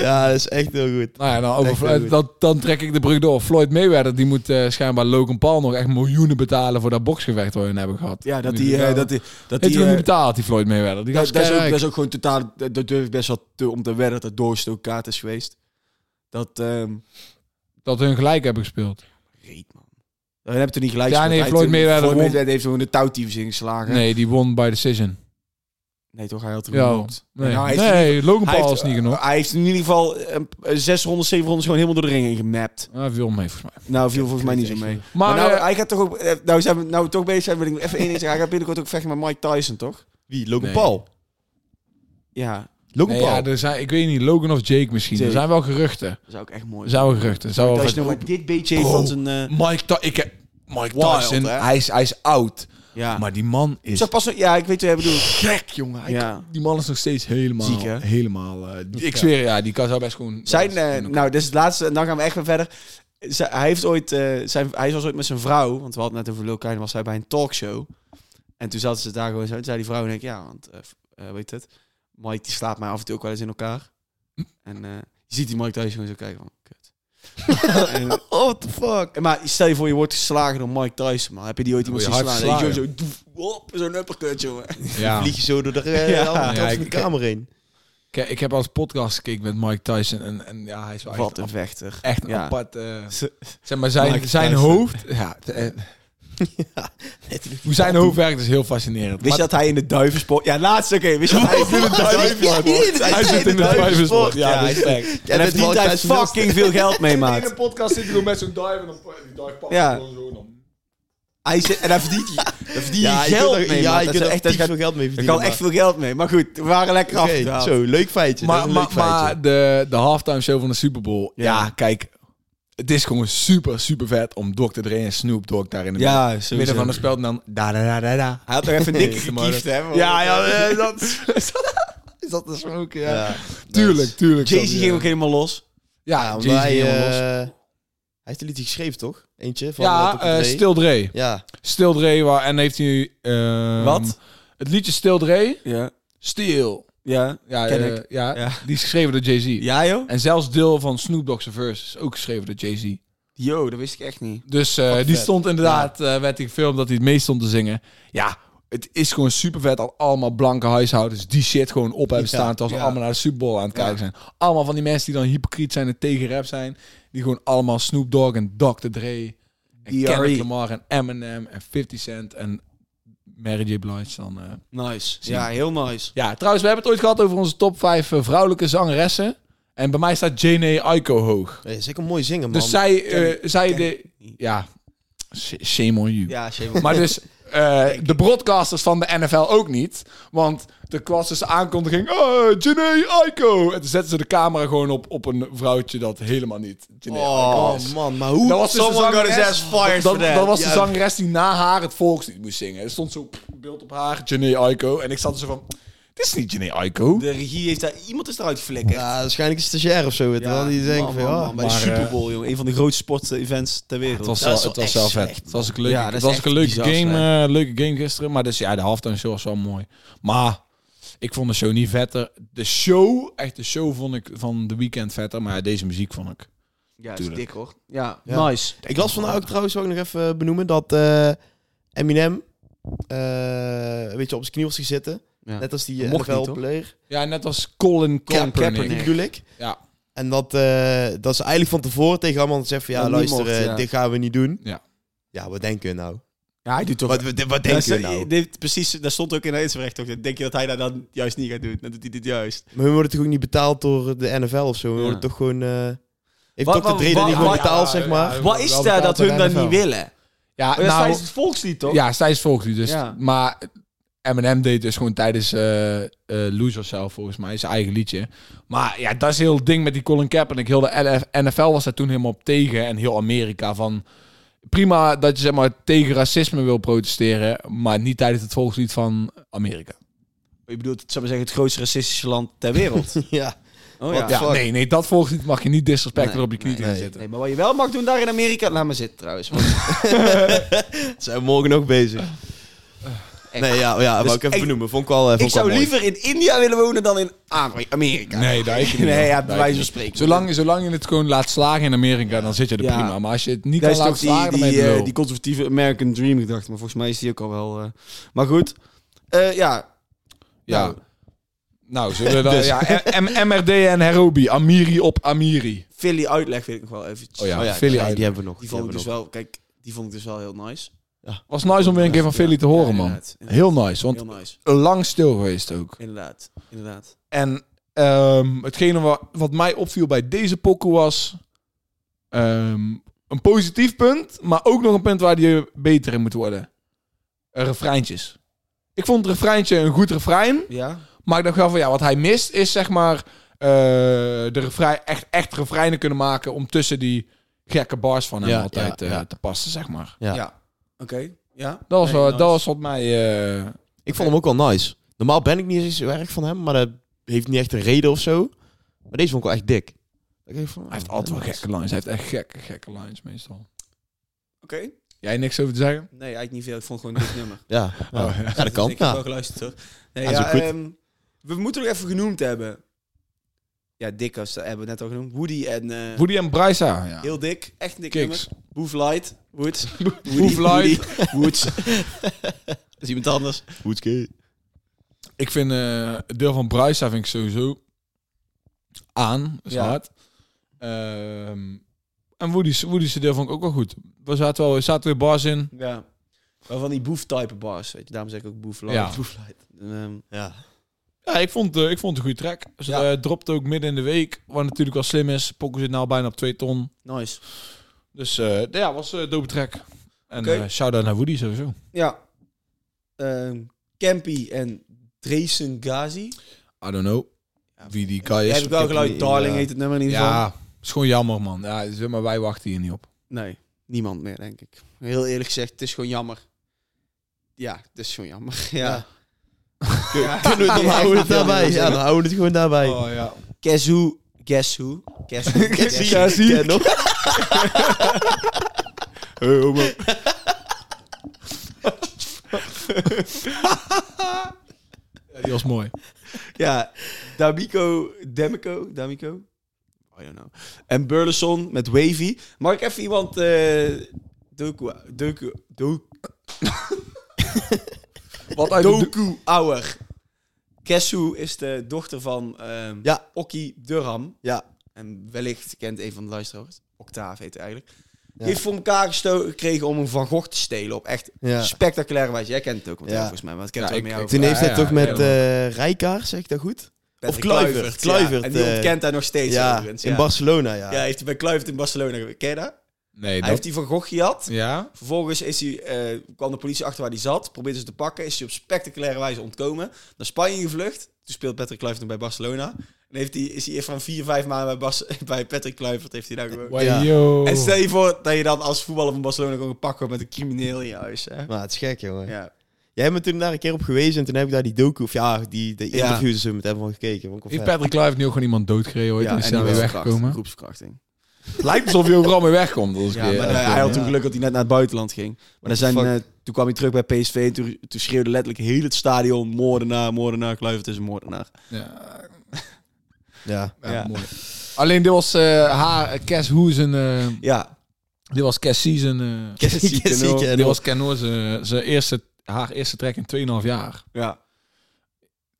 C: Ja, dat is echt heel goed.
A: Nou ja, dan, over,
C: Lijkt me
A: eh, dat, dan trek ik de brug door. Floyd Mayweather, die moet eh, schijnbaar Logan Paul nog echt miljoenen betalen voor dat boksgevecht waar we in hebben gehad.
B: Ja, dat
A: die,
B: hij...
A: eh,
B: dat
A: dat
B: hij dat eh,
A: Heeft hij nog niet betaald, die Floyd Mayweather. Die
B: dat,
A: gast
B: dat, is ook,
A: keirijk.
B: dat is ook gewoon totaal... Dat dat durf ik best wel te, om te wedden dat doorstook kaart is geweest. Dat... ehm
A: dat hun gelijk hebben gespeeld.
B: reet, man. Dan heb je toch niet gelijk.
A: Ja, nee,
B: gespeeld. Hij
A: Floyd
B: heeft-
A: Mayweather
B: Floyd
A: won.
B: Mayweather heeft gewoon de touwtiefs ingeslagen.
A: Nee, die won by decision.
B: Nee, toch? Hij had er
A: Ja,
B: gemokt.
A: Nee,
B: Nou, hij heeft-
A: nee Logan
B: hij
A: Paul
B: heeft-
A: is niet genoeg.
B: Hij heeft in ieder geval eh, 600, 700 gewoon helemaal door de ring heen gemapt.
A: Ah, viel mee volgens mij.
B: Nou, viel volgens mij niet zo mee. Maar,
A: Maar,
B: nou,
A: eh,
B: hij gaat toch ook... eh, Nou, zijn we nou toch bezig zijn, wil ik even één ding zeggen. Hij gaat binnenkort ook vechten met Mike Tyson, toch?
C: Wie? Logan
A: Nee.
C: Paul?
B: Ja,
C: Logan
A: nee,
C: Paul?
A: ja, er zijn, ik weet niet, Logan of Jake misschien.
B: Jake.
A: Er zijn wel geruchten.
B: dat zou ook echt
A: Er
B: mooi zijn.
A: zijn wel geruchten. Er Zou wel
B: Als je
A: vet-
B: nou maar dit beetje heeft
A: Bro.
B: van zijn... eh,
A: Mike, Ty- ik heb- Mike
B: Wild,
A: Tyson,
B: hè?
A: hij is, hij is oud.
B: ja.
A: Maar die man
B: Ik
A: is
B: zag pas... nog- Ja, ik weet wat jij bedoelt.
A: gek, jongen. Hij
B: Ja.
A: Die man is nog steeds helemaal...
B: Ziek, hè?
A: Helemaal... eh, ik zweer, ja, die kan zou best gewoon...
B: Zijn,
A: wel eens
B: eh,
A: in de
B: nou, dit is het laatste en dan gaan we echt weer verder. Z- hij, heeft ooit, eh, zijn, hij was ooit met zijn vrouw, want we hadden net over Lil Klein, was hij bij een talkshow. En toen zaten ze daar gewoon zo. Toen zei die vrouw en ik, ja, want eh, f- eh, weet het, Mike die slaapt mij af en toe ook wel eens in elkaar. En eh, je ziet die Mike thuis gewoon zo kijken van, kut. en, oh, what the fuck. Maar stel je voor, je wordt geslagen door Mike Tyson, man. Heb je die ooit
A: Dan
B: iemand zien
A: word je
B: slaan?
A: hard
B: Weet je, Zo, doef, hop, zo'n uppercut, jongen.
A: Ja.
C: Vlieg je zo door de, eh,
B: Ja.
C: andere kant
A: Ja,
C: van de
A: ik-
C: kamer heen.
A: Ik, ik heb als podcast gekeken met Mike Tyson en, en ja, hij is wel
B: Wat
A: echt,
B: een vechter.
A: echt een
B: Ja.
A: apart. eh,
B: Z-
A: zeg maar
C: Mike
A: zijn, zijn
C: Tyson.
A: hoofd. Ja, eh, hoe zijn hoofd werkt is heel fascinerend.
B: Wist je dat hij in de duivensport... Ja, laatste, oké. wist je dat hij in de duivensport...
A: Maar hij zit in de duivensport. Ja, dat is gek.
C: En
B: dus- En heeft die tijd fucking veel geld meemaakt.
A: podcast zit hij met zo'n dive en dan die dive pakt
B: Ja. gewoon Hij zit- en daar verdient hij, daar verdient
C: Ja,
B: hij
C: je kunt
B: geld
C: er-
B: mee.
C: Ja,
B: maat. Dat
C: je kunt
B: is
C: er echt
B: echt, daar gaat-
C: veel geld mee
B: daar
C: verdienen.
B: kan echt veel geld mee. Maar goed, we waren lekker af.
C: Oké, zo, leuk feitje.
A: Maar, maar,
C: leuk
A: maar
C: feitje.
A: de, de halftime show van de Super Bowl. Ja.
B: Ja.
A: kijk. Het is gewoon super, super vet om Dr. Dre en Snoop Dogg daar in de midden-
B: Ja,
A: midden van de spel. En dan da da da da da.
B: Hij had nog even dikke
A: Ja, maar
B: gekiefd, hè? man.
A: Ja, ja, eh, dat is is dat dus ook, ja. Tuurlijk,
C: Tuurlijk.
A: tuurlijk.
B: Jay-Z
A: Sorry,
B: ging
A: ja.
B: ook Nou, helemaal los.
A: Ja,
C: Ja,
A: Jay-Z
C: maar hij,
A: ging helemaal los.
C: eh, hij heeft een liedje geschreven, toch? Eentje van eh,
A: Ja,
C: Dr. Dre.
A: eh, Stil Dre.
C: Ja,
A: Stil Dre, waar, en heeft hij nu... ehm,
B: Wat?
A: Het liedje Stil Dre.
B: Ja.
A: Stil.
B: Ja.
A: Ja,
B: Ken
A: eh,
B: ik.
A: ja,
B: Ja.
A: die is geschreven door Jay-Z.
B: Ja, joh?
A: En zelfs deel van Snoop Dogg's verse is ook geschreven door Jay-Z.
B: Yo, dat wist ik echt niet.
A: Dus eh, die
C: vet.
A: stond inderdaad, eh, werd ik gefilmd dat hij het meest stond te zingen. Ja, het is gewoon super vet dat allemaal blanke huishoudens die shit gewoon op hebben
C: Ja,
A: staan. Terwijl ze
B: ja.
A: allemaal naar de Super Bowl aan het kijken zijn. Allemaal van die mensen die dan hypocriet zijn en tegen rap zijn. Die gewoon allemaal Snoop Dogg en Dr. Dre en
B: DRE.
A: Kendrick Lamar en Eminem en 50 Cent en Mary J. Blige dan. eh.
B: Nice. Ja, heel nice.
A: Ja, trouwens, we hebben het ooit gehad over onze top 5 vrouwelijke zangeressen. En bij mij staat Jane Aiko hoog.
C: dat is ook een mooi zingen, man.
A: Dus zij, eh, zij
B: ken
A: de... Ja, sh- shame on you.
B: Ja, shame.
A: Maar dus eh, de broadcasters van de NFL ook niet. Want de was dus de aankondiging... Oh, Janae Aiko. En toen zetten ze de camera gewoon op, op een vrouwtje dat helemaal niet Janae Aiko
C: Oh,
A: was.
C: man, maar hoe...
A: Dat was dus de
B: Someone got his
A: zangeres-
B: ass fired
A: dat,
B: for that.
A: dat was de
C: Ja.
A: zangeres die na haar het volkslied moest zingen. Er stond zo een beeld op haar, Janae Aiko. En ik zat er zo van... Dit is niet Jene Aiko.
B: De regie heeft daar... Iemand is eruit flikken.
C: Ja, waarschijnlijk een stagiair of zo. Weet je wel. Die denken van, ja,
B: bij de
A: maar,
B: Super Bowl, jongen. eh, Een van de grootste sportevents ter wereld.
A: Het was,
B: Dat
A: wel,
B: is
A: het was
B: echt
A: wel
B: slecht,
A: vet.
B: man.
A: Het was ook leuk.
B: Ja, dat
A: het
B: is
A: was
B: echt
A: ook een leuke
B: bizar
A: game, eh, leuke game gisteren. Maar dus ja, de halftime show was wel mooi. Maar ik vond de show niet vetter. De show, echt de show vond ik van de weekend vetter. Maar deze muziek vond ik.
B: Ja, is
A: Tuurlijk.
B: dik hoor. Ja,
C: Ja.
B: nice.
C: Ik las vandaag ook trouwens ook nog even benoemen dat eh, Eminem eh, een beetje op zijn knie was gaan zitten.
B: Ja.
C: Net als die
B: Dat mocht niet,
C: NFL-player.
A: Ja, net als Colin
C: Colin Kaepernick
A: Kaepernick.
C: bedoel ik.
A: Ja.
C: En dat, eh, dat ze eigenlijk van tevoren tegen allemaal zeggen van... Ja,
B: Dat niet
C: luister,
B: mocht,
C: eh,
B: ja.
C: dit gaan we niet doen.
A: Ja.
C: Ja, wat denken we nou?
B: Ja, hij doet toch...
C: Wat, wat, wat denken we
B: Ja,
C: nou?
B: dit- precies, daar stond ook in de Instagram toch. Denk je dat hij dat dan juist niet gaat doen? Dan doet hij dit juist.
C: Maar hun worden toch ook niet betaald door de NFL of zo? We
B: Ja.
C: worden toch gewoon... eh heeft
B: Wat-
C: toch de
B: wat-
C: trainer
B: wat-
C: niet gewoon
B: wat-
C: betaald, zeg maar?
A: Ja,
B: Wat is
A: wel
B: daar
A: betaald
B: dat
A: door
B: hun dat
A: NFL?
B: niet willen?
A: Ja,
B: Maar dat
A: nou,
B: is het volkslied toch?
A: ja, Stijs volgt u dus.
B: Ja.
A: Maar Eminem deed dus gewoon tijdens eh eh Lose Yourself volgens mij, zijn eigen liedje. Maar ja, dat is heel het ding met die Colin Kaepernick. Heel de LF NFL was daar toen helemaal op tegen en heel Amerika van... Prima dat je zeg maar tegen racisme wil protesteren, maar niet tijdens het volkslied van Amerika.
B: Je bedoelt, zou maar zeggen, het grootste racistische land ter wereld.
C: ja.
B: Oh
C: Wat
A: Ja,
C: Fuck.
A: nee, nee, dat volkslied mag je niet disrespecten
B: Nee,
A: op je knieën
C: nee,
A: gaan zitten.
B: Nee, maar wat je wel mag doen daar in Amerika, laat maar zitten trouwens. Want
C: Zijn we morgen nog bezig.
B: echt.
C: Nee, ja, ja
B: Dus
C: wou ik even
B: ik-
C: benoemen. Vond ik wel, eh, vond
B: ik zou
C: wel mooi.
B: liever in India willen wonen dan in Amer- Amerika.
A: Nee, daar heb je niet
B: Nee,
A: aan.
B: ja,
A: Daar
B: bij
A: heb je
B: wijze van
A: niet.
B: spreken.
A: Zolang, zolang je het gewoon laat slagen in Amerika, dan zit je er
B: Ja.
A: prima. Maar als je het niet
B: dat
A: kan
B: is
A: laten
B: toch
A: slagen,
B: die,
A: dan ben je
B: die,
A: de
B: eh,
A: lul.
B: die conservatieve American Dream gedachte. Maar volgens mij is die ook al wel... eh, Maar goed, Eh, ja,
A: Ja.
B: Nou.
A: Nou, zullen we dan...
C: Dus.
A: Ja, M- M- MRD en Herobi. Amiri op Amiri.
B: Philly uitleg weet ik nog wel eventjes.
A: Oh ja,
C: Oh ja,
A: Philly
C: die-
A: uit.
C: die hebben we nog.
B: Die vond ik
C: hebben
B: dus
C: we nog.
B: wel, kijk, die vond ik dus wel heel nice.
A: Was nice om weer een keer van Philly te horen, man. Heel nice, want
B: Heel nice,
A: lang stil geweest ook.
B: inderdaad. inderdaad.
A: En ehm, hetgene wat, wat mij opviel bij deze pokoe was... ehm, een positief punt, maar ook nog een punt waar je beter in moet worden. Eh, refreintjes. Ik vond het refreintje een goed refrein.
B: Ja?
A: Maar ik dacht wel van ja, wat hij mist is zeg maar eh, de refrein, echt, echt refreinen kunnen maken om tussen die gekke bars van hem
C: Ja,
A: altijd
C: ja,
A: eh,
C: ja.
A: te passen, zeg maar.
C: Ja.
B: Oké, ja.
A: Dat was,
B: Nee,
A: wel-
B: nice.
A: dat was wat mij... eh,
C: Ik vond hem ook wel nice. Normaal ben ik niet eens zo erg van hem, maar dat heeft niet echt een reden of zo. Maar deze vond ik wel echt dik. Ik denk van,
A: hij heeft
C: oh,
A: altijd wel
C: nice.
A: gekke lines. Hij heeft echt gekke, gekke lines meestal.
B: Oké.
A: Jij niks over te zeggen?
B: Nee, eigenlijk niet veel. Ik vond gewoon dit nummer.
C: Ja, ja.
A: Oh, ja.
C: Ja, dat kan.
B: Dus ik heb
C: Ja.
B: wel geluisterd hoor. Nee,
C: Ja, is
B: ja,
C: ook goed.
B: ehm, we moeten nog even genoemd hebben. Ja, dik was, dat hebben we net al genoemd. Woody en... eh,
A: Woody en Brysa, ja.
B: Heel dik. Echt een dik
A: Kiks.
B: nummer. Boef Light. Woods.
A: Boef Light.
B: Woody, Woods. dat is iemand anders.
C: Hoedske.
A: Ik vind eh, het deel van Brysa vind ik sowieso aan. is
B: Ja.
A: hard. Ehm, en Woody's, Woody's deel vond ik ook wel goed. We zaten wel, er zaten weer bars in.
B: Ja. Maar van die boef-type bars, weet je. Daarom zeg ik ook boef Light.
A: Ja.
B: Boef Light. En, ehm,
C: Ja.
A: Ja, ik vond, eh, ik vond het een goede track. Ze
B: Ja.
A: eh, dropt ook midden in de week, wat natuurlijk wel slim is. Pokken zit nou bijna op 2 ton.
B: nice.
A: Dus eh, ja, was een dope track. En
B: Oké.
A: eh, shout-out naar Woody sowieso.
B: Ja. Ehm, Campy en Dresen Ghazi.
A: I don't know wie die guy
B: Jij
A: is.
B: hebt wel geluid.
C: niet,
B: Darling
C: ja.
B: heet het nummer in ieder geval.
A: Ja, is gewoon jammer man. Ja, is- maar wij wachten hier niet op.
B: Nee, niemand meer, denk ik. Heel eerlijk gezegd, het is gewoon jammer. Ja, het is gewoon jammer. Ja. Ja.
C: Kunnen we het dan
B: Ja,
C: houden we het
B: ja,
C: daarbij?
B: ja.
C: Ja, dan houden we het gewoon daarbij.
B: Oh,
A: ja.
B: Guess who? Guess who? Guess who? Guess who?
A: Ja, zie.
C: Ken nog.
A: Die was mooi.
B: Ja, D'Amico, D'Amico, D'Amico? I don't know. En Burleson met Wavy. Mag ik even iemand... eh doku, doku, doku,
A: Wat uit de
B: doku Auer. Guess who is de dochter van ehm
C: Ja.
B: Okki Durham.
C: Ja.
B: En wellicht kent een van de luisteraars. Octave heet hij eigenlijk.
C: Ja.
B: Die heeft voor elkaar gesto- gekregen om een Van Gogh te stelen. Op echt
C: Ja.
B: spectaculaire wijze. Jij kent het ook, want
C: Ja.
B: volgens mij. Want ik heb
A: Ja,
B: het wel
A: ik- ik-
B: met jou over.
C: Toen heeft hij
A: Ja,
C: toch
A: ja,
C: met
A: helemaal.
C: eh Rijkaar, zeg ik dat goed?
B: Patrick
C: of Kluivert,
B: ja.
C: Kluivert,
B: En die
C: eh,
B: ontkent hij nog steeds.
C: Ja,
B: overigens,
C: in Barcelona, ja.
B: Ja, hij heeft hij bij Kluivert in Barcelona gewerkt. Ken je dat?
A: Nee,
B: Hij
A: dat...
B: heeft die van Gogh gehad.
A: Ja?
B: Vervolgens is hij, eh, kwam de politie achter waar hij zat. Probeerde ze te pakken. Is hij op spectaculaire wijze ontkomen. Naar Spanje gevlucht. Toen speelt Patrick Kluivert nog bij Barcelona. En heeft hij, is hij van vier, vijf maanden bij, Bas, bij Patrick Kluivert heeft hij daar gewoond.
C: Ja.
A: Yo.
B: En stel je voor dat je dan als voetballer van Barcelona gewoon gepakt wordt met een crimineel in je huis. Hè?
C: Maar het is gek, jongen.
B: Ja.
C: Jij hebt me toen daar een keer op gewezen en toen heb ik daar die docu, of ja, die, de
B: Ja.
C: interviews en zo met hem van gekeken. Vond ik wel
A: Heeft
C: vet.
A: Patrick Kluivert nu ook gewoon iemand doodgereden ooit? en is daar weer weggekomen?
B: Groepsverkrachting.
A: Het lijkt alsof hij overal mee wegkomt. Als ik
B: Ja,
A: je-
B: maar eh,
A: als ik
B: hij
A: je-
B: had toen
C: ja.
B: geluk dat hij net naar het buitenland ging. Maar dan
C: the
B: zijn,
C: fuck?
B: eh, toen kwam hij terug bij PSV en toen, toen schreeuwde letterlijk heel het stadion moordenaar, moordenaar, Kluivert is een moordenaar.
A: Ja,
C: Ja.
A: ja,
B: Ja.
A: mooi. Alleen dit was eh, haar, Kes Hoezen, eh
B: Ja,
A: dit was Kes Season. eh,
C: Kessieke en
B: Kessieke
C: Hoor.
A: dit was Ken Hoor, ze- ze eerste, haar eerste track in 2,5 jaar.
B: ja.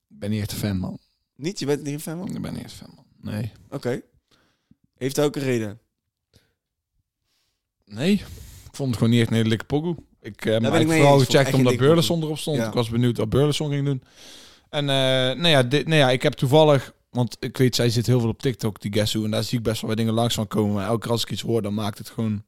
A: Ik ben niet echt een fan, man.
B: Niet, je bent niet een fan van?
A: Ik ben niet echt een fan, man. Nee.
B: Oké. Heeft ook een reden.
A: Nee. Ik vond het gewoon niet echt een hele lekker pokoe. Ik heb
B: ben
A: maar
B: ik
A: ik
B: mee
A: vooral
B: eens. Ik vond
A: gecheckt
B: echt een
A: omdat
B: dikke
A: Burleson erop stond.
B: Ja.
A: Ik was benieuwd wat Burleson ging doen. En eh nou, ja, dit, nou ja, ik heb toevallig... Want ik weet, zij zit heel veel op TikTok, die Guess Who. En daar zie ik best wel wat dingen langs van komen. Maar elke keer als ik iets hoor, dan maakt het gewoon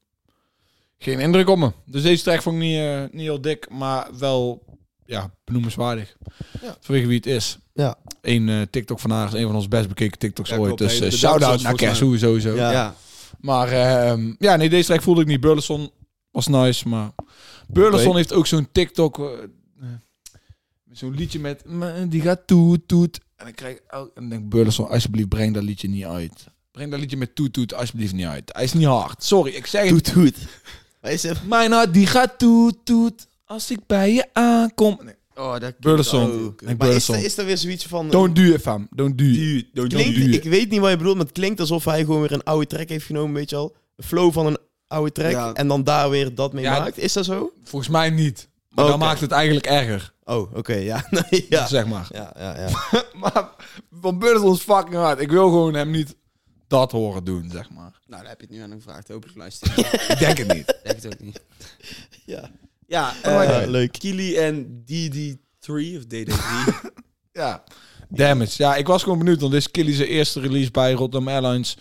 A: geen indruk op me. Dus deze track vond ik niet, eh, niet heel dik, maar wel ja, benoemenswaardig.
C: Ja.
A: Vanwege wie het is.
C: Ja.
A: Eén eh, TikTok van haar is een van ons best bekeken TikToks
B: Ja,
A: ooit.
B: klopt.
A: Dus
B: Nee,
A: eh,
B: bedankt
A: shout-out
B: volgens
A: naar
B: mij.
A: Guess Who sowieso.
C: Ja.
B: ja.
A: Maar ehm, ja, nee, deze track voelde ik niet. Burleson was nice, maar Burleson
C: Oké.
A: heeft ook zo'n TikTok, eh, eh, zo'n liedje met "Mm, die gaat toet toet en dan krijg ik elk- en dan denk ik, Burleson alsjeblieft breng dat liedje niet uit. Breng dat liedje met toet toet alsjeblieft niet uit. Hij is niet hard. Sorry, ik zeg het.
C: Toet, toet. Maar is het...
A: Mijn hart die gaat toet toet als ik bij je aankom. Nee,
C: Oh, dat
A: Burleson. Ik denk
C: Maar is
A: Burleson.
C: er, is er weer zoiets van...
A: Don't do it, fam. Don't do it.
C: klinkt,
A: duur.
C: ik weet niet wat je bedoelt, maar het klinkt alsof hij gewoon weer een oude track heeft genomen, weet je al. Een flow van een oude track
B: Ja.
C: en dan daar weer dat mee
A: Ja,
C: maakt. Is dat zo?
A: Volgens mij niet. Maar
C: Oké.
A: dan maakt het eigenlijk erger,
C: Oh, oké, ja. Nee, ja.
A: zeg maar.
C: Ja, ja, ja.
A: Maar van Burleson is fucking hard. Ik wil gewoon hem niet dat horen doen, zeg maar.
B: Nou, daar heb je het nu aan hem gevraagd. Hopelijk luistert hij.
A: Ik denk het niet.
B: Ik denk het ook niet.
C: ja.
B: Ja,
C: Ja,
B: eh
C: leuk.
B: Kili en DD3 of DD3.
A: Ja. Damage. Ja, ik was gewoon benieuwd, want dit is Killy zijn eerste release bij Rotterdam Airlines.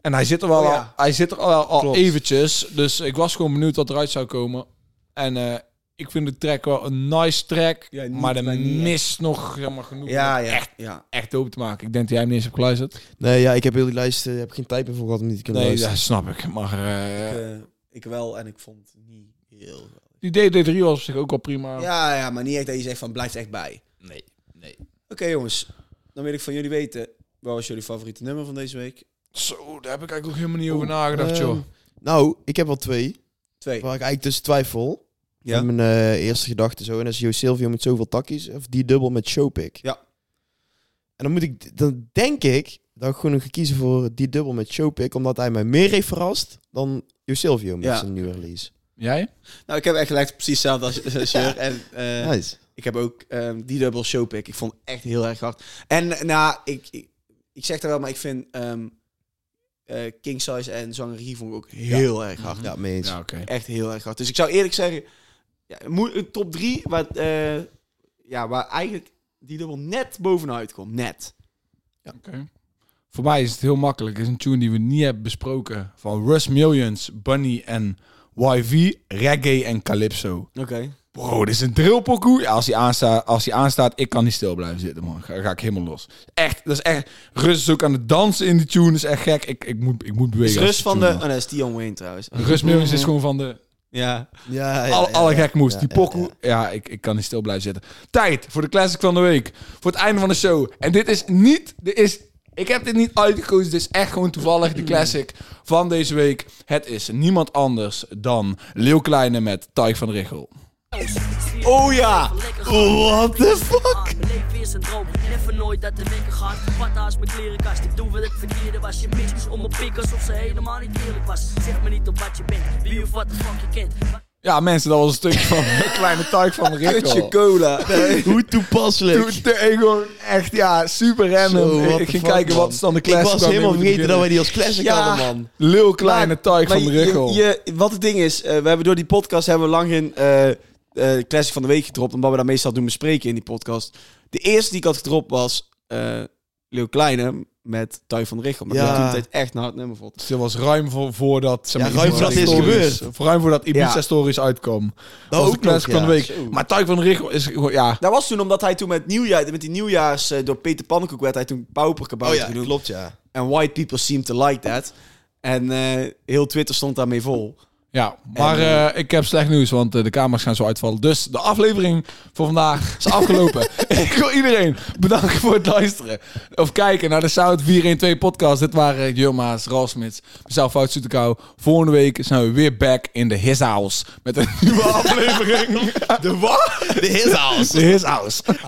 A: En hij zit er, wel
B: Oh,
A: al,
B: ja.
A: hij zit er al, al
B: Klopt.
A: eventjes. Dus ik was gewoon benieuwd wat eruit zou komen. En eh, ik vind de track wel een nice track.
B: Ja, niet,
A: maar
B: maar
A: er
B: niet
A: mist nog helemaal genoeg
B: ja,
A: om het
B: ja,
A: echt,
B: ja.
A: echt open te maken. Ik denk dat jij hem niet eens hebt geluisterd.
C: Nee, ja, ik heb heel die lijst, eh, heb geen tijd meer voor gehad om die te kunnen
A: Nee,
C: luisteren.
A: dat snap ik. Maar eh,
B: Eh, ik wel en ik vond het niet heel...
A: die DD3 was op zich ook wel prima.
B: Ja, ja, maar niet echt dat je zegt van blijft echt bij. Oké
A: Nee, nee.
B: jongens, dan wil ik van jullie weten, wat was jullie favoriete nummer van deze week?
A: Zo, daar heb ik eigenlijk ook helemaal niet over
B: Oh,
A: nagedacht, joh.
C: Ehm, nou, ik heb wel twee,
B: Twee.
C: waar ik eigenlijk tussen twijfel.
B: Ja.
C: Met mijn eh, eerste gedachte zo. En dat is Yo Silvio met zoveel takkies. Of die dubbel met Showpick.
B: Ja.
C: En dan moet ik, dan denk ik dat ik gewoon ga kiezen voor die dubbel met Showpick. Omdat hij mij meer heeft verrast dan Yo Silvio met
B: Ja.
C: zijn nieuwe release.
A: Jij?
B: Nou, ik heb echt gelijk precies hetzelfde als, als Jur. En eh,
C: Nice.
B: ik heb ook ehm, die dubbel showpick. Ik vond het echt heel erg hard. En eh, nou, ik, ik, ik zeg dat wel, maar ik vind ehm eh, King Size en Zangerie vond ik ook heel erg hard.
C: Ja, mee eens.
A: Ja,
C: Ja.
A: oké.
B: Echt heel erg hard. Dus ik zou eerlijk zeggen, ja, moe- een top 3, waar, eh, ja, waar eigenlijk die dubbel net bovenuit komt. Net.
A: Oké. Voor mij is het heel makkelijk. Het is een tune die we niet hebben besproken. Van Russ Millions, Bunny en YV, reggae en calypso.
B: Oké.
A: Bro, dit is een drillpokoe. Ja, als hij aanstaat, als hij aanstaat, ik kan niet stil blijven zitten, man. Ga, ga ik helemaal los. Echt, dat is echt... Russ is ook aan het dansen in die tune. Dat is echt gek. Ik, ik, moet, ik moet bewegen.
B: Is
A: als
B: Rus
A: die
B: van de... Mm.
A: tune
B: Oh
A: hoor.
B: nee, is Dion Wayne trouwens.
A: Russ Millions is gewoon van de...
B: Ja.
C: Ja,
A: alle,
C: ja,
A: alle
C: ja.
A: gekmoes.
C: Ja,
A: die
C: ja,
A: pokoe.
C: ja.
A: Ja, ik, ik kan niet stil blijven zitten. Tijd voor de classic van de week. Voor het einde van de show. En dit is niet... Dit is, ik heb dit niet uitgekozen. Dit is echt gewoon toevallig de classic van deze week. Het is niemand anders dan Leeuw Kleine met Tijk van Richel.
B: Oh ja!
C: What the fuck?
E: Leef weer zijn droom, never nooit dat de wekker gaat. Patta's mijn klerenkast, ik doe wel het verkeerde was. Je bitches om mijn pik alsof ze helemaal niet eerlijk was. Zeg me niet op wat je bent, wie of wat de fuck je kent.
A: Ja, mensen, dat was een stuk van Kleine Tijk van
B: Kutje
A: Richel.
B: cola. Nee.
C: Hoe toepasselijk.
A: Toen- toen- ik gewoon echt, ja, super random.
C: Zo, what
A: ik
C: the
A: ging
C: fuck,
A: kijken
C: man.
A: wat is dan de
C: Ik
A: classic.
C: was
A: waarmee
C: helemaal
A: we
C: vergeten dat wij
A: beginnen.
C: die als classic
B: Ja.
C: hadden, man.
A: Leeuw Kleine Tijk
B: Maar
A: van
B: je-
A: Richel.
B: Je, wat het ding is, eh, we hebben door die podcast hebben we lang geen eh, eh, classic van de week gedropt. Omdat we dat meestal doen bespreken in die podcast. De eerste die ik had gedropt was eh Leo Kleine met Tuin van Richel. Maar
C: Ja.
B: ik toen de tijd echt een hard nummer vond.
A: Dus dit was ruim voor, voordat... zeg
C: Ja,
A: maar,
C: ruim
A: Ibiza
C: voordat dit is
A: stories-
C: gebeurd.
A: Ruim voordat
B: Ja.
A: Ibiza-stories uitkomen. Dat was
C: ook
A: de classic
C: nog,
A: van de
C: ja.
A: week.
B: Zo.
A: Maar Tuik van Richel is gewoon... Ja,
B: Dat was toen omdat hij toen met, nieuwjaar, met die nieuwjaars eh, door Peter Pannenkoek werd hij toen
C: Oh
B: pauperkabouter
C: ja,
B: genoemd.
C: klopt, ja.
B: En white people seem to like that. En eh, heel Twitter stond daarmee vol.
A: Ja, maar eh, ik heb slecht nieuws, want eh, de camera's gaan zo uitvallen. Dus de aflevering voor vandaag is afgelopen. ik wil iedereen bedanken voor het luisteren. Of kijken naar de Sound 412 podcast. Dit waren Jurma's, Ralsmits, mezelf Fout Soetekou. Volgende week zijn we weer back in de His House. Met een nieuwe aflevering. De wat?
C: De his house.
A: De His House.